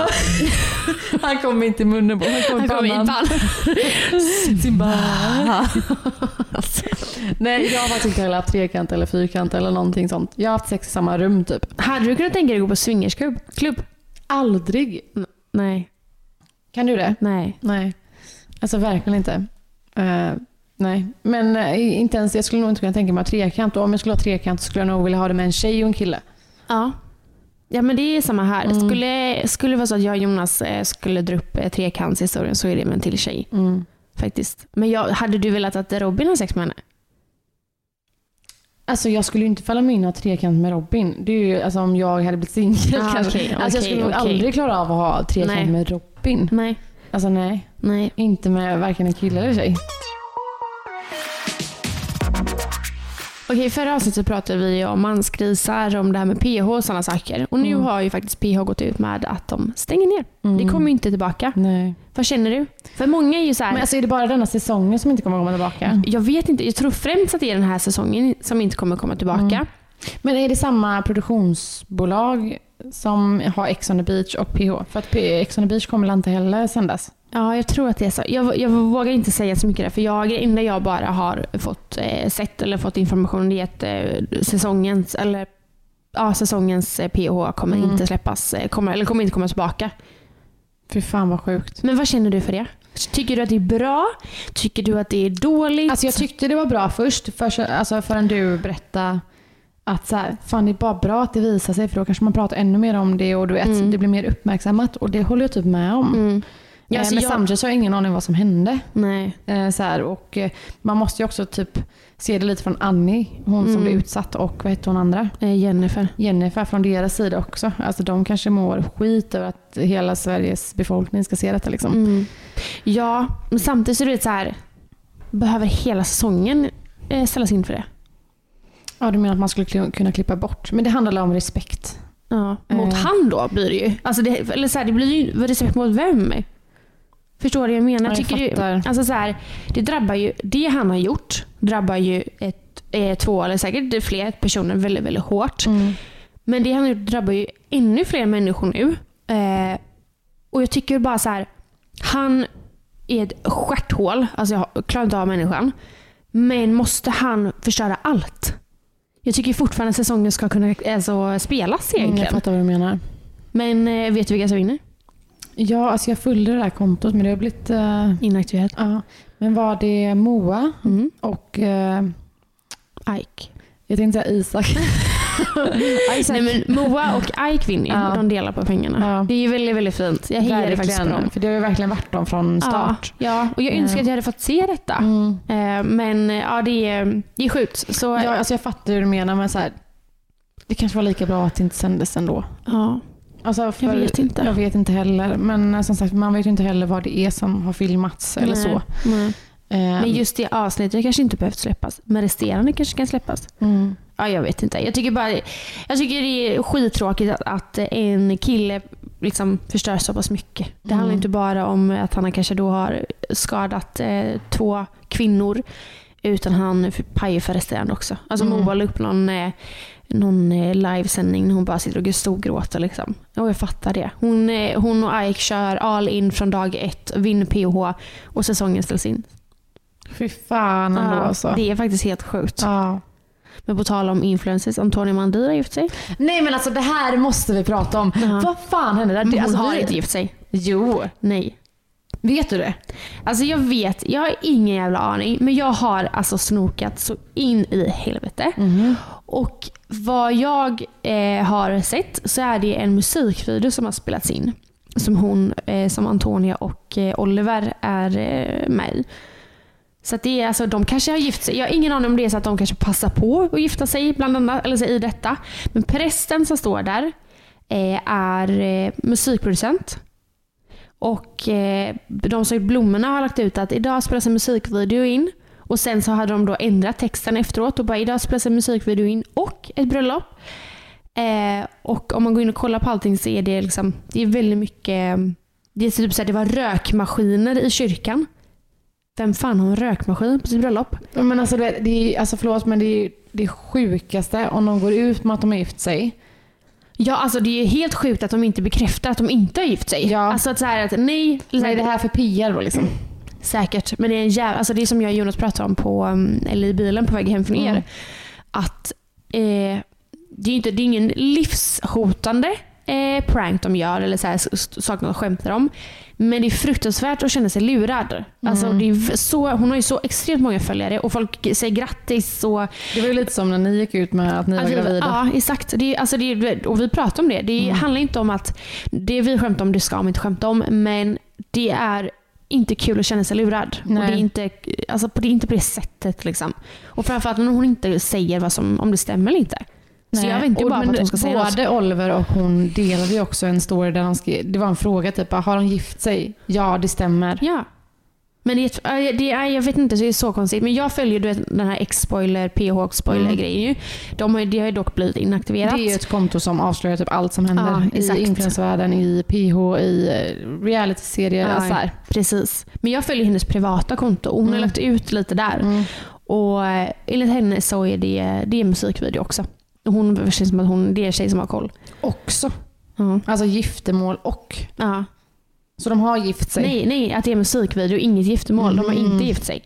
A: Han kommer inte i munnen på. Han kommer i
B: Han kommer i
A: pannan.
B: pannan.
A: Simba. Nej, jag har faktiskt inte heller haft trekant eller fyrkant eller någonting sånt. Jag har haft sex i samma rum typ.
B: Hade du kunnat tänka dig att gå på swingersklubb? Klubb?
A: Aldrig.
B: Nej.
A: Kan du det?
B: Nej.
A: Nej. Alltså verkligen inte. Eh, nej. Men eh, inte ens, jag skulle nog inte kunna tänka mig att ha trekant. Och om jag skulle ha trekant så skulle jag nog vilja ha det med en tjej och en kille.
B: Ja. Ja men det är samma här.
A: Mm.
B: Skulle, skulle det vara så att jag och Jonas eh, skulle dra upp eh, trekantshistorien så är det med en till tjej.
A: Mm.
B: Faktiskt. Men jag, hade du velat att Robin har sex med henne?
A: Alltså jag skulle ju inte falla mig in och ha trekant med Robin. Det är ju alltså, om jag hade blivit singel
B: Ah,
A: kanske.
B: okej,
A: alltså
B: okej,
A: jag skulle nog
B: okej.
A: aldrig klara av att ha trekant
B: Nej.
A: med Robin.
B: Nej.
A: Alltså nej.
B: Nej.
A: Inte med varken en kille eller tjej.
B: Okej, förra avsnittet pratade vi ju om mansgrisar, om det här med PH och sådana saker. Och nu
A: Mm.
B: har ju faktiskt PH gått ut med att de stänger ner. Det kommer ju inte tillbaka.
A: Nej.
B: Vad känner du? För många är ju så här,
A: Mm.
B: mm.
A: Men alltså är det bara denna säsongen som inte kommer att komma tillbaka?
B: jag vet inte, jag tror främst att det är den här säsongen som inte kommer komma tillbaka.
A: Mm. Men är det samma produktionsbolag som har Ex on the beach och PH? För att P- Ex on the beach kommer väl inte heller sändas?
B: Ja, jag tror att det är så. Jag, jag vågar inte säga så mycket där, för jag, det enda jag bara har fått eh, sett eller fått information det är att eh, säsongens, eller, ja, säsongens eh, PH kommer
A: Mm.
B: inte släppas, eh, kommer, eller kommer inte komma tillbaka.
A: Fy fan vad sjukt.
B: Men vad känner du för det? Tycker du att det är bra? Tycker du att det är dåligt?
A: Alltså jag tyckte det var bra först, för, alltså förrän du berättade att så här, fan det är bara bra att det visar sig för då kanske man pratar ännu mer om det och du vet,
B: Mm.
A: det blir mer uppmärksammat och det håller jag typ med om.
B: Ja,
A: Eh,
B: alltså
A: men
B: jag-
A: samtidigt så har jag ingen aning vad som hände.
B: Nej.
A: Eh, Så här, och eh, man måste ju också typ se det lite från Annie, hon som
B: Mm.
A: blev utsatt och vad hette hon andra?
B: Eh, Jennifer.
A: Jennifer från deras sida också. Alltså de kanske mår skit över att hela Sveriges befolkning ska se detta. Liksom.
B: Mm. Ja, men samtidigt så är det så här. Behöver hela säsongen eh, ställas in för det?
A: Ja, du menar att man skulle kli- kunna klippa bort. Men det handlar om respekt.
B: Ja. Mot
A: Eh.
B: han då blir det ju. Alltså det, eller så här, det blir ju vad respekt mot vem? Förstår du vad jag menar?
A: Ja, jag
B: Tycker du,
A: fattar.
B: alltså så här, det drabbar ju, det han har gjort drabbar ju ett, eh, två eller säkert fler personer väldigt, väldigt hårt. Men det han har gjort drabbar ju ännu fler människor nu. Eh, och jag tycker bara så här, han är ett stjärthål. Alltså jag klarar inte av människan. Men måste han förstöra allt? Jag tycker fortfarande säsongen ska kunna alltså, spelas
A: Mm, jag
B: egentligen.
A: fattar vad du menar.
B: Men eh, vet du vilka som vinner?
A: Ja, alltså jag följde det där kontot men det har blivit... eh,
B: Inaktuellt.
A: ja. Men var det Moa
B: Mm.
A: och... eh,
B: Ike.
A: jag tänkte säga Isak.
B: Nej, men Moa och Ike vinner ju.
A: Ja.
B: och De delar på pengarna.
A: Ja.
B: Det är ju väldigt, väldigt fint. Jag hejar faktiskt på dem.
A: För det har ju verkligen varit dem från start.
B: Ja, ja, och jag
A: Ja.
B: önskar att jag hade fått se detta.
A: Mm.
B: Eh, Men eh, ja, det är, det är sjukt. Så,
A: Ja,
B: ja.
A: alltså jag fattar hur du menar men så här, det kanske var lika bra att det inte sändes ändå. Alltså för,
B: jag vet inte.
A: Jag vet inte heller. Men eh, som sagt, man vet ju inte heller vad det är som har filmats eller
B: Nej,
A: så.
B: nej.
A: Eh,
B: Men just det avsnittet kanske inte behövt släppas. Men resterande kanske kan släppas.
A: mm.
B: Ja, jag vet inte. Jag tycker, bara, jag tycker det är skittråkigt att, att en kille liksom förstör så pass mycket. Det handlar
A: Mm.
B: inte bara om att han kanske då har skadat eh, två kvinnor. Utan han f- pajar för resterande också. Alltså
A: Mm.
B: Moa la upp någon, eh, någon eh, livesändning när hon bara sitter och storgråter. Liksom. Och jag fattar det. Hon, eh, hon och Ike kör all in från dag ett, vinner PH och säsongen ställs in.
A: Fy fan ändå alltså.
B: det är faktiskt helt sjukt.
A: Ja.
B: Men på tal om influencers, Antonio Mandir har gift sig.
A: Nej men alltså det här måste vi prata om.
B: Ja.
A: Vad fan hände där?
B: Men
A: Det,
B: hon
A: alltså,
B: har
A: vi-
B: inte gift sig.
A: Jo.
B: Nej.
A: Vet du det?
B: Alltså jag vet, jag har ingen jävla aning. Men jag har alltså snokat så in i helvete.
A: Mhm.
B: Och vad jag eh, har sett så är det en musikvideo som har spelats in. Som hon, eh, som Antonia och eh, Oliver är eh, med i. Så att det är alltså, de kanske har gift sig. Jag har ingen aning om det är så att de kanske passar på att gifta sig bland annat, eller så i detta. Men prästen som står där eh, är eh, musikproducent. Och eh, de som gjort blommorna har lagt ut att idag spelas en musikvideo in. Och sen så hade de då ändrat texten efteråt och bara idag spelas en musikvideo in och ett bröllop. Eh, och om man går in och kollar på allting så är det liksom, det är väldigt mycket, det är typ så här, det var rökmaskiner i kyrkan. Vem fan har en rökmaskin på sitt bröllop?
A: Men alltså, det, det är, alltså förlåt men det är det sjukaste om de går ut med att de har gift sig.
B: Ja, alltså det är ju helt sjukt att de inte bekräftar att de inte har gift sig.
A: Ja.
B: Alltså att så här att nej, eller så
A: Vad är det här för PR då liksom?
B: Mm. Säkert, men det är en jävla, alltså det är som jag och Jonas pratade om på, um, eller i bilen på väg hem från er.
A: Mm.
B: Att eh, det, är inte, det är ingen livshotande eh, prank de gör eller så här, s- s- saker de skämtar om. Men det är fruktansvärt att känna sig lurad. Alltså det är v- så, hon har ju så extremt många följare och folk g- säger grattis. Och,
A: Det var ju lite som när ni gick ut med att ni var
B: att vi-
A: gravida.
B: Alltså,
A: Mm.
B: Ja, exakt. Det, är- alltså det, är- och vi pratar om det. Det handlar inte om att det vi skämtar om, det ska man inte skämta om. Men det är inte kul att känna sig lurad. Och
A: Nej.
B: det, är inte, alltså på, det är inte på det sättet. Liksom. Och framförallt när hon inte säger vad som, om det stämmer eller inte. Så
A: Nej,
B: jag väntar ju
A: och-
B: bara på
A: men
B: att hon ska säga något.
A: Både Oliver och hon delade ju också en story där de skrev, det var en fråga typ, har de gift sig? Ja, det stämmer.
B: Ja. Men det, är- äh, det, är- jag vet inte, så det är så konstigt. Men jag följer du vet, den här X-spoiler, PH-spoiler-grejen. ju. De har, ju- det har ju dock blivit inaktiverat.
A: Mm. Det är ju ett konto som avslöjar typ allt som händer
B: Ja, exakt.
A: i influencervärlden, i PH, i eh, realityserier.
B: Ja,
A: Ja, Eh, så här.
B: Precis. Men jag följer hennes privata konto och hon har
A: Mm.
B: lagt ut lite där.
A: Mm.
B: Och eh, enligt henne så är det, det är en musikvideo också. Och Hon det känns som att hon, det är en tjej som har koll.
A: Också.
B: Ja.
A: Alltså giftermål och.
B: Ja.
A: Så de har gift sig.
B: Nej, nej, att det är en musikvideo, inget giftermål. De har
A: Mm.
B: inte gift sig.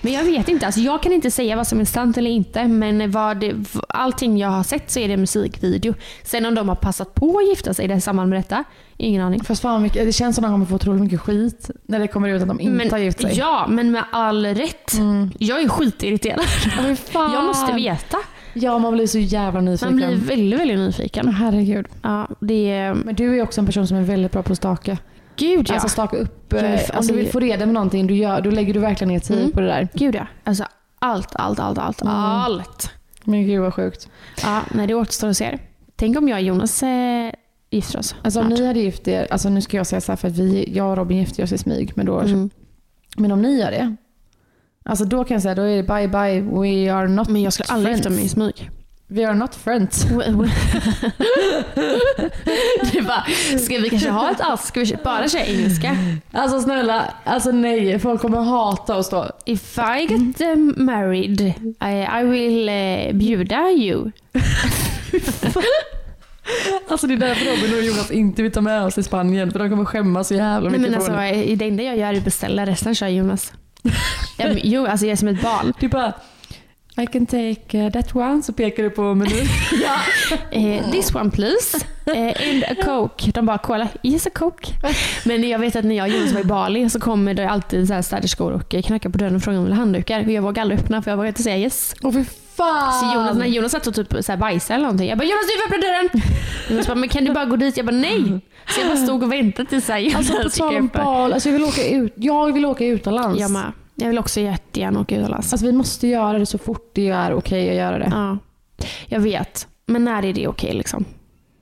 B: Men jag vet inte. Alltså jag kan inte säga vad som är sant eller inte. Men vad det, v- allting jag har sett så är det en musikvideo. Sen om de har passat på att gifta sig i det här samband med detta, ingen aning.
A: Fast fan, mycket- det känns som att de kommer få otroligt mycket skit när det kommer ut att de inte har gift sig. Mm.
B: Ja, men med all rätt. Jag är skitirriterad.
A: Ja, men fan.
B: Jag måste veta.
A: Ja, man blir så jävla
B: Man
A: nyfiken.
B: blir väldigt, väldigt nyfiken.
A: Herregud.
B: Ja, det är...
A: Men du är också en person som är väldigt bra på att staka.
B: Gud ja.
A: Alltså staka upp.
B: Ja,
A: eh,
B: fan,
A: om du
B: det-
A: vill få reda på någonting du gör, då lägger du verkligen ner tid
B: Mm.
A: på det där.
B: Gud ja. Alltså allt, allt, allt, allt.
A: Mm.
B: Allt.
A: Men gud vad sjukt.
B: Ja, nej, det återstår att se. Tänk om jag och Jonas eh, gifter oss.
A: Alltså om
B: snart.
A: ni hade gift er, alltså nu ska jag säga så här för att vi, jag och Robin gifte oss i smyg, men, då,
B: Mm.
A: men om ni gör det, alltså då kan jag säga då är det bye bye, we are not
B: Men jag skulle aldrig
A: friends.
B: gifta mig i smyg.
A: We are not friends.
B: det är bara, ska vi kanske ha ett avsnitt? Ska vi bara köra engelska?
A: Alltså snälla, alltså nej, folk kommer hata oss då.
B: If I get eh, married I, I will eh, bjuda you.
A: Alltså det är därför Robin och Jonas inte vill ta med oss till Spanien, för de kommer skämmas så jävla
B: Nej,
A: mycket
B: men
A: på
B: alltså,
A: det.
B: det enda jag gör är att beställa, resten kör Jonas. Ja, men, jo, alltså jag är som ett barn.
A: Du bara, I can take eh, that one, så pekar du på menyn.
B: Eh, this one please. Eh, and a coke. De bara kolla, yes a coke. Men jag vet att när jag och Jonas var i Bali så kommer det alltid så här städerskor och eh, knackar på dörren och frågar om jag vill ha handdukar. Och jag vågar aldrig öppna för jag vågar inte säga yes.
A: Åh fy fan!
B: Så Jonas, när Jonas satt och typ så här bajsade eller någonting. Jag bara Jonas du får öppna dörren. Jonas bara men kan du bara gå dit? Jag bara nej. Så jag bara stod och väntade tills så här, Jonas
A: Alltså på
B: gick
A: tal om
B: upp.
A: bal, alltså jag vill åka, ut, jag vill åka utomlands.
B: Jag med. Jag vill också jättegärna åka utomlands.
A: Alltså vi måste göra det så fort det är okej att göra det.
B: Ja, jag vet. Men när är det okej liksom?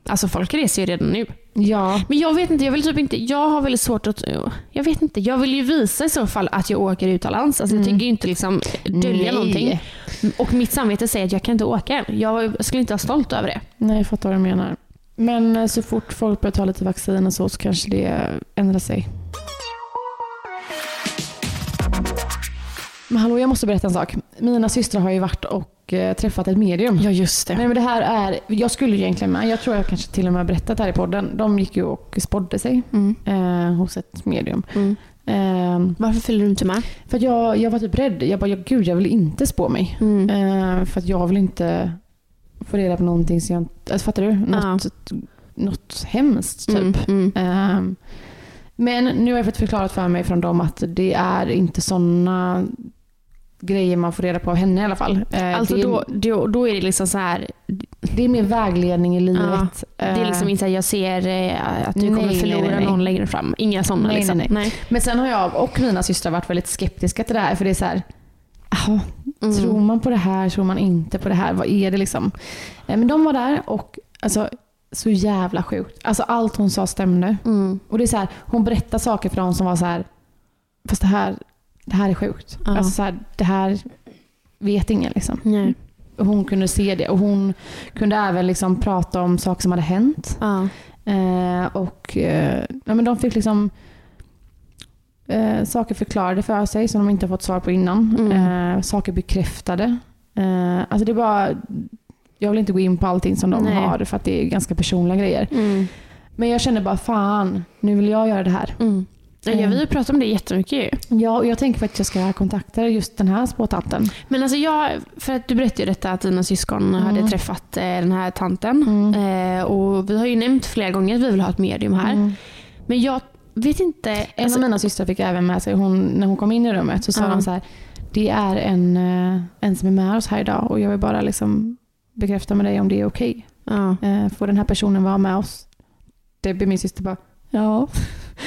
B: Alltså folk reser ju redan nu.
A: Ja.
B: Men jag vet inte, jag vill typ inte, jag har väldigt svårt att, jag vet inte, jag vill ju visa i så fall att jag åker utomlands. Alltså jag tycker ju inte liksom dölja
A: Mm. Nej.
B: någonting. Och mitt samvete säger att jag kan inte åka än. Jag skulle inte vara stolt över det.
A: Nej, jag fattar vad du menar. Men eh, så fort folk börjar ta lite vaccin och så, så kanske det ändrar sig. Men hallå, jag måste berätta en sak. Mina systrar har ju varit och eh, träffat ett medium.
B: Ja, just det.
A: Nej, men det här är, jag skulle ju egentligen med. Jag tror jag kanske till och med har berättat här i podden. De gick ju och spådde sig
B: Mm.
A: eh, hos ett medium. Ehm,
B: Varför fyller du inte med?
A: för att jag, jag var typ rädd. Jag bara, ja, gud jag vill inte spå mig.
B: Mm.
A: Eh, för att jag vill inte få reda på någonting som jag inte... Alltså, fattar du? Något, något hemskt typ.
B: Mm.
A: Ehm, men nu har jag fått förklarat för mig från dem att det är inte sådana grejer man får reda på av henne i alla fall. Eh,
B: Alltså
A: det, är-
B: då, då, då är det liksom så här,
A: det är mer vägledning i livet.
B: Ja, det är
A: Eh,
B: liksom inte så här, jag ser eh, att du
A: Nej,
B: kommer
A: nej,
B: förlora
A: nej, nej.
B: någon längre fram. Inga sådana
A: Nej,
B: liksom.
A: nej, nej. Men sen har jag och mina systrar varit väldigt skeptiska till det här. För det är så här, "Jaha,
B: Mm.
A: tror man på det här, tror man inte på det här? Vad är det liksom? Eh, Men de var där och alltså, så jävla sjukt. Alltså allt hon sa stämde.
B: Mm.
A: Och det är så här, hon berättade saker för dem som var så här, fast det här, det här är sjukt.
B: Ja.
A: Alltså så här, det här vet ingen liksom.
B: Nej.
A: Och Hon kunde se det och hon kunde även liksom prata om saker som hade hänt.
B: Ja.
A: Eh, och eh, ja, men de fick liksom eh, saker förklarade för sig som de inte fått svar på innan.
B: Mm.
A: Eh, saker bekräftade. Eh, alltså det är bara, jag vill inte gå in på allting som de
B: Nej.
A: har för att det är ganska personliga grejer.
B: Mm.
A: Men jag känner bara fan, nu vill jag göra det här.
B: Ja, vi har ju pratat om det jättemycket ju.
A: Ja, och jag tänker faktiskt att jag ska kontakta just den här spåtanten.
B: Men alltså jag, för att du berättade ju detta att dina syskon
A: Mm.
B: hade träffat eh, den här tanten. Eh, och vi har ju nämnt flera gånger att vi vill ha ett medium här. Men jag vet inte.
A: Mm. En
B: Alltså,
A: av mina systrar fick även med sig, hon, när hon kom in i rummet så sa
B: Ja.
A: de så här, det är en, eh, en som är med oss här idag och jag vill bara liksom bekräfta med dig om det är okej.
B: ja.
A: Eh, Får den här personen vara med oss? Det blir min syster bara, ja.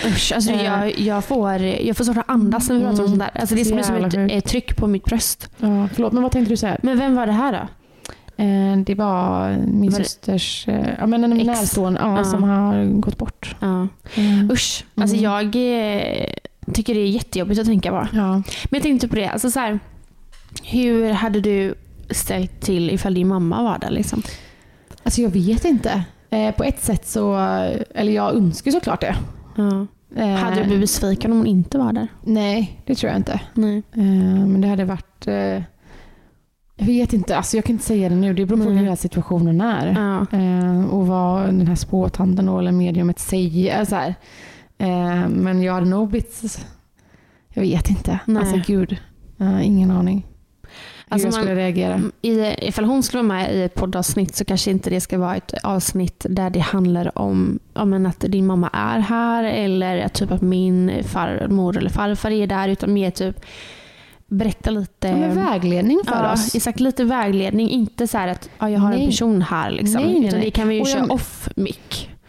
B: Usch, alltså
A: Eh. Mm.
B: jag, jag, får, jag får svårt att andas när vi pratar om sånt där. Alltså det är som, som
A: Jävla
B: ett
A: sjukt.
B: eh, tryck på mitt bröst.
A: ja. Förlåt, men vad tänkte du säga?
B: Men vem var det här då?
A: Eh, Det var min
B: Var det-
A: systers, eh, ja men en
B: Ex.
A: närstående ja,
B: Ja.
A: som har gått bort.
B: Ja. Usch, alltså
A: Mm.
B: jag eh, tycker det är jättejobbigt att tänka bara.
A: Ja.
B: Men jag tänkte på det, alltså så här, hur hade du ställt till ifall din mamma var där? Liksom?
A: Alltså jag vet inte. Eh, På ett sätt så, eller jag önskar såklart det.
B: Ja.
A: Eh,
B: Hade du blivit besviken om hon inte var där?
A: Nej, det tror jag inte.
B: Nej.
A: Eh, Men det hade varit... eh, Jag vet inte, alltså jag kan inte säga det nu. Det beror på
B: Nej.
A: hur hela situationen är.
B: Ja.
A: Eh, Och vad den här spåtanden och- eller mediumet säger. Så här. Eh, Men jag hade nog blivit... Jag vet inte.
B: Nej.
A: Alltså gud. Eh, Ingen aning. Hur
B: Alltså,
A: jag skulle
B: man-
A: reagera.
B: I, ifall hon skulle vara med i ett poddavsnitt så kanske inte det ska vara ett avsnitt där det handlar om, ja, men att din mamma är här eller att, typ att min farmor eller farfar är där. Utan mer typ berätta lite.
A: Ja, men vägledning för
B: Eh, Ja,
A: oss.
B: exakt, lite vägledning. Inte så här att ja, jag har en
A: Nej.
B: person här. Liksom.
A: Nej, nej,
B: Utan
A: nej.
B: Det kan vi ju
A: Och jag-
B: köra off mic.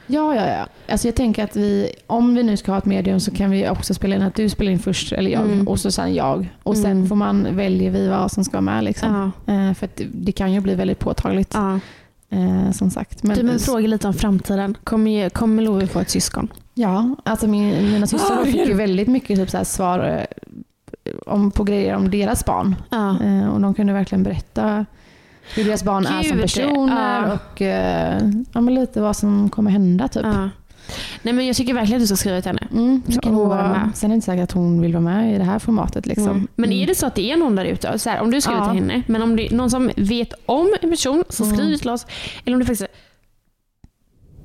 A: Ja, ja, ja. Alltså jag tänker att vi, om vi nu ska ha ett medium så kan vi också spela in att du spelar in först, eller jag,
B: Mm.
A: och så sen jag. Och sen
B: Mm.
A: får man, väljer vi vad som ska med. Liksom.
B: Ja.
A: Eh, För att det- det kan ju bli väldigt påtagligt
B: Ja.
A: eh, som sagt. Men,
B: Du, men fråga lite om framtiden. Kommer, ju- kommer Lovi få ett syskon?
A: Ja, alltså min, mina systrar då fick ju väldigt mycket typ så här svar eh, om, på grejer om deras barn.
B: Ja.
A: Eh, Och de kunde verkligen berätta hur deras barn är som
B: Gud,
A: personer
B: ja.
A: och eh, ja, men lite vad som kommer hända. Typ.
B: Ja. Nej, men jag tycker verkligen att du ska skriva till henne.
A: Mm,
B: Så kan hon
A: och
B: vara med.
A: Sen är det inte säkert att hon vill vara med i det här formatet. Liksom.
B: Mm. Men är det så att det är någon där ute, så här, om du skriver
A: Ja.
B: till henne, men Mm. om det är någon som vet om en person, så skriv till oss. Eller om det faktiskt är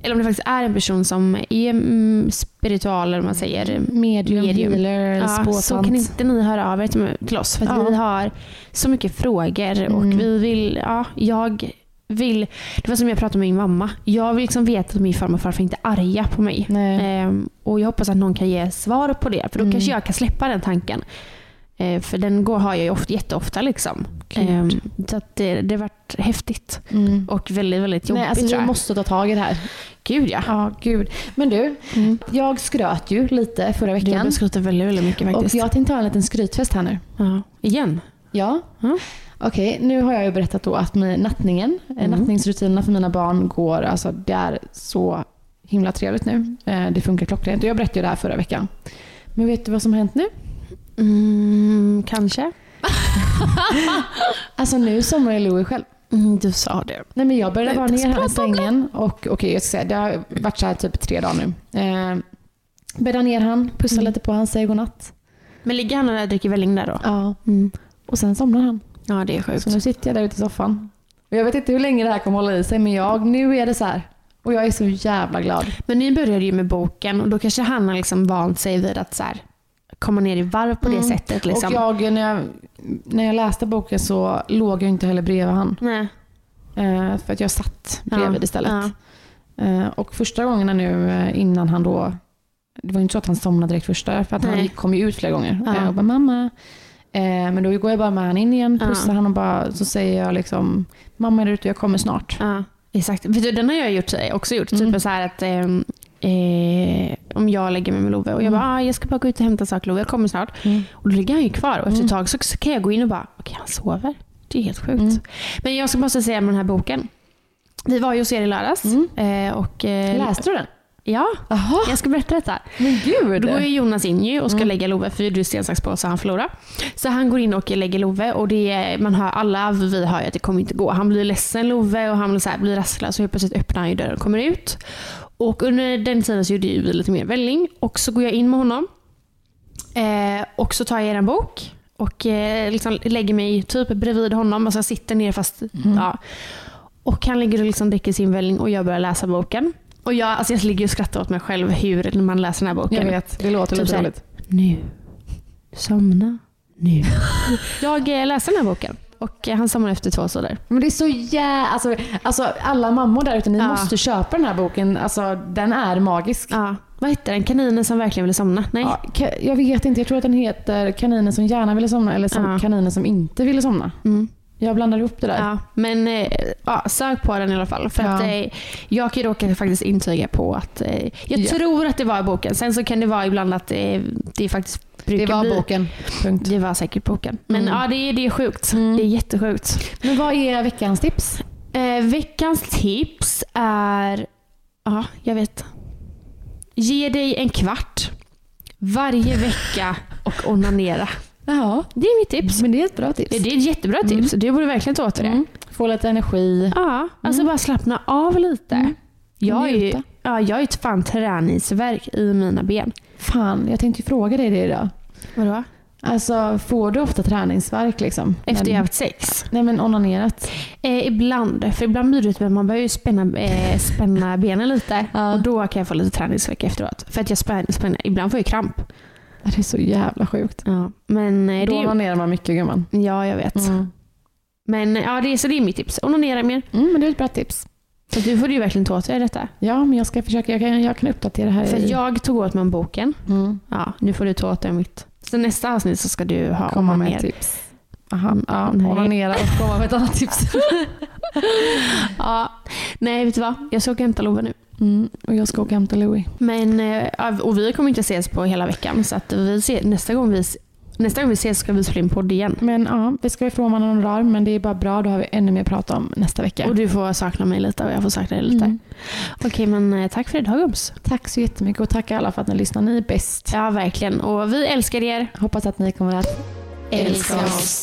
B: Eller om det faktiskt är en person som är mm, spiritual, eller vad man säger.
A: Medium,
B: Medium.
A: healer eller
B: Mm. Ja, så
A: spåtant.
B: kan inte ni höra av er till- till oss. För att
A: Ja.
B: vi har så mycket frågor och
A: Mm.
B: vi vill, ja, jag vill, det var som jag pratade med min mamma. Jag vill liksom veta att min farmor och farfar inte är arga på mig.
A: Nej.
B: Ehm, och jag hoppas att någon kan ge svar på det. För då
A: Mm.
B: kanske jag kan släppa den tanken. Eh, för den går, har jag ju ofta, jätteofta. Liksom.
A: Gud.
B: Ehm, så att det, det har varit häftigt.
A: Mm.
B: Och väldigt, väldigt jobbigt
A: Nej, alltså,
B: tror
A: vi
B: jag.
A: måste ta tag i det här.
B: Gud ja.
A: Ja, gud. Men du,
B: Mm.
A: jag skröt ju lite förra
B: Du har
A: veckan.
B: skrattat väldigt, väldigt mycket
A: Och
B: faktiskt.
A: jag tänkte ha en liten skrytfest här nu.
B: ja. Igen.
A: Ja.
B: Ja.
A: Okej, nu har jag ju berättat då att min, nattningen, eh,
B: Mm.
A: nattningsrutinerna för mina barn går, alltså det är så himla trevligt nu. Eh, Det funkar klockrent. Och Jag berättade ju det här förra veckan. Men vet du vad som har hänt nu?
B: Mm, kanske.
A: Alltså nu somnar ju Louie själv.
B: Mm, du sa det.
A: Nej men jag började vara
B: Lite
A: ner henne i
B: språk om
A: sängen och okej jag ska säga, det har varit så här typ tre dagar nu. Eh, bäddar ner han, pussar
B: Mm.
A: lite på han, säger godnatt.
B: Men ligger han och där dricker välling där då?
A: Ja.
B: Mm.
A: Och sen somnar han.
B: Ja, det är sjukt.
A: Så nu sitter jag där ute i soffan. Och jag vet inte hur länge det här kommer hålla i sig men jag, nu är det så här. Och jag är så jävla glad.
B: Men ni började ju med boken och då kanske han har liksom vant sig vid att så här, komma ner i varv på det
A: Mm.
B: sättet. Liksom.
A: Och jag, när jag, när jag läste boken så låg jag inte heller bredvid han.
B: Nej.
A: Eh, för att jag satt bredvid
B: Ja,
A: istället.
B: ja.
A: Eh, och första gångerna nu eh, innan han då, det var ju inte så att han somnade direkt första, för att han
B: Nej.
A: gick, kom ju ut flera gånger.
B: Ja.
A: Eh, och bara mamma. Eh, men då går jag bara med han in igen,
B: Ja.
A: pussar han och bara, så säger jag liksom, mamma är där ute, jag kommer snart.
B: Ja, exakt. Vet du, den har jag gjort, också gjort.
A: Mm.
B: Typ så här att ehm, eh, om jag lägger mig med Love och jag
A: Mm.
B: bara, ah, jag ska bara gå ut och hämta saker Love, jag kommer snart.
A: Mm.
B: Och då ligger han ju kvar och efter
A: Mm.
B: ett tag så, så kan jag gå in och bara, okej han sover. Det är helt sjukt.
A: Mm.
B: Men jag ska bara säga med den här boken. Vi var ju hos er i lördags.
A: Mm.
B: eh, Och, eh,
A: Läste du den?
B: Ja,
A: Jaha,
B: jag ska berätta detta.
A: men gud.
B: Då går ju Jonas in ju och ska
A: Mm.
B: lägga Love, för du är sten, sax, påse, han förlorar. Så han går in och lägger Love och det är, man hör, alla vi hör ju att det kommer inte gå. Han blir ledsen Love och han blir, så här, blir rastlös och helt plötsligt öppnar han ju dörren och kommer ut. Och under den tiden så gjorde ju vi lite mer välling och så går jag in med honom. Eh, och så tar jag en bok och eh, liksom lägger mig typ bredvid honom. Alltså jag sitter ner fast...
A: Mm.
B: Ja. Och han ligger och liksom dricker sin välling och jag börjar läsa boken. Och jag, alltså jag ligger och skrattar åt mig själv hur man läser den här boken.
A: Jag vet, det låter
B: Typ
A: lite
B: såhär.
A: roligt.
B: Nu. Somna. Nu. jag eh, läser den här boken och eh, han somnar efter två sidor.
A: Men det är så jä... Alltså, alltså alla mammor där ute, ni
B: Ja.
A: måste köpa den här boken. Alltså den är magisk.
B: Ja. Vad heter den? Kaninen som verkligen ville somna? Nej.
A: Ja, ka- jag vet inte, jag tror att den heter Kaninen som gärna ville somna eller som
B: Ja.
A: Kaninen som inte ville somna.
B: Mm.
A: Jag blandar ihop det där.
B: Ja, men eh, ja, sök på den i alla fall. För
A: Ja.
B: att, eh, jag kan ju råka faktiskt intyga på att eh, jag
A: Ja.
B: tror att det var i boken. Sen så kan det vara ibland att eh, det faktiskt brukar
A: det var
B: bli.
A: boken. Punkt.
B: Det var säkert boken. Men
A: Mm.
B: ja, det, är- det är sjukt.
A: Mm.
B: Det är jättesjukt.
A: Men vad är veckans tips?
B: Eh, veckans tips är... Ja, jag vet. Ge dig en kvart varje vecka och onanera.
A: Ja,
B: Det är mitt tips.
A: men det är ett bra tips.
B: Det är ett jättebra tips. Du borde verkligen ta åt dig det.
A: Mm. Få lite energi.
B: Mm. Ja, alltså bara slappna av lite.
A: Mm.
B: Jag, är ju,
A: Njuta.
B: ja, jag är ju ett fan träningsverk i mina ben.
A: Fan, jag tänkte ju fråga dig det idag.
B: Vadå?
A: Alltså, får du ofta träningsvärk liksom?
B: Efter jag
A: men,
B: haft sex.
A: Nej men onanerat.
B: Eh, ibland, för ibland blir det typ att man behöver ju spänna, eh, spänna benen lite.
A: Ja.
B: Och då kan jag få lite träningsvärk efteråt. För att jag spänner, spänner. ibland får jag ju kramp.
A: Det är så jävla sjukt.
B: Ja, men eh,
A: Då
B: det är,
A: onanerar man mycket gumman.
B: Ja, jag vet.
A: Mm.
B: Men ja, det, är- så det är mitt tips. Onanera mer.
A: Mm, men det är ett bra tips.
B: Så du får ju verkligen ta åt dig detta.
A: Ja, men jag ska försöka. Jag kan, jag kan uppdatera det här.
B: För
A: i-
B: jag tog åt mig om boken.
A: mm.
B: Ja, nu får du ta åt dig mitt. Så nästa avsnitt så ska du ha
A: komma Mm. med
B: onaner.
A: tips. Aha, ja,
B: Nej.
A: onanera och komma med ett annat tips.
B: Ja. Nej, vet du vad? Jag ska åka och hämta Love nu.
A: Mm, och jag ska åka och hämta Louie.
B: Men, eh, ja, och vi kommer inte ses på hela veckan. Så att vi ser, nästa, gång vi, nästa gång vi ses ska vi spela in podd igen.
A: Men ja, vi ska ifrån varandra några dagar, men det är bara bra. Då har vi ännu mer att prata om nästa vecka.
B: Och du får sakna mig lite och jag får sakna dig lite.
A: Mm.
B: Okej, men eh, tack för idag gums.
A: Tack så jättemycket och tack alla för att ni lyssnar. Ni är bäst.
B: Ja, verkligen. Och vi älskar er.
A: Hoppas att ni kommer att
B: Älska oss.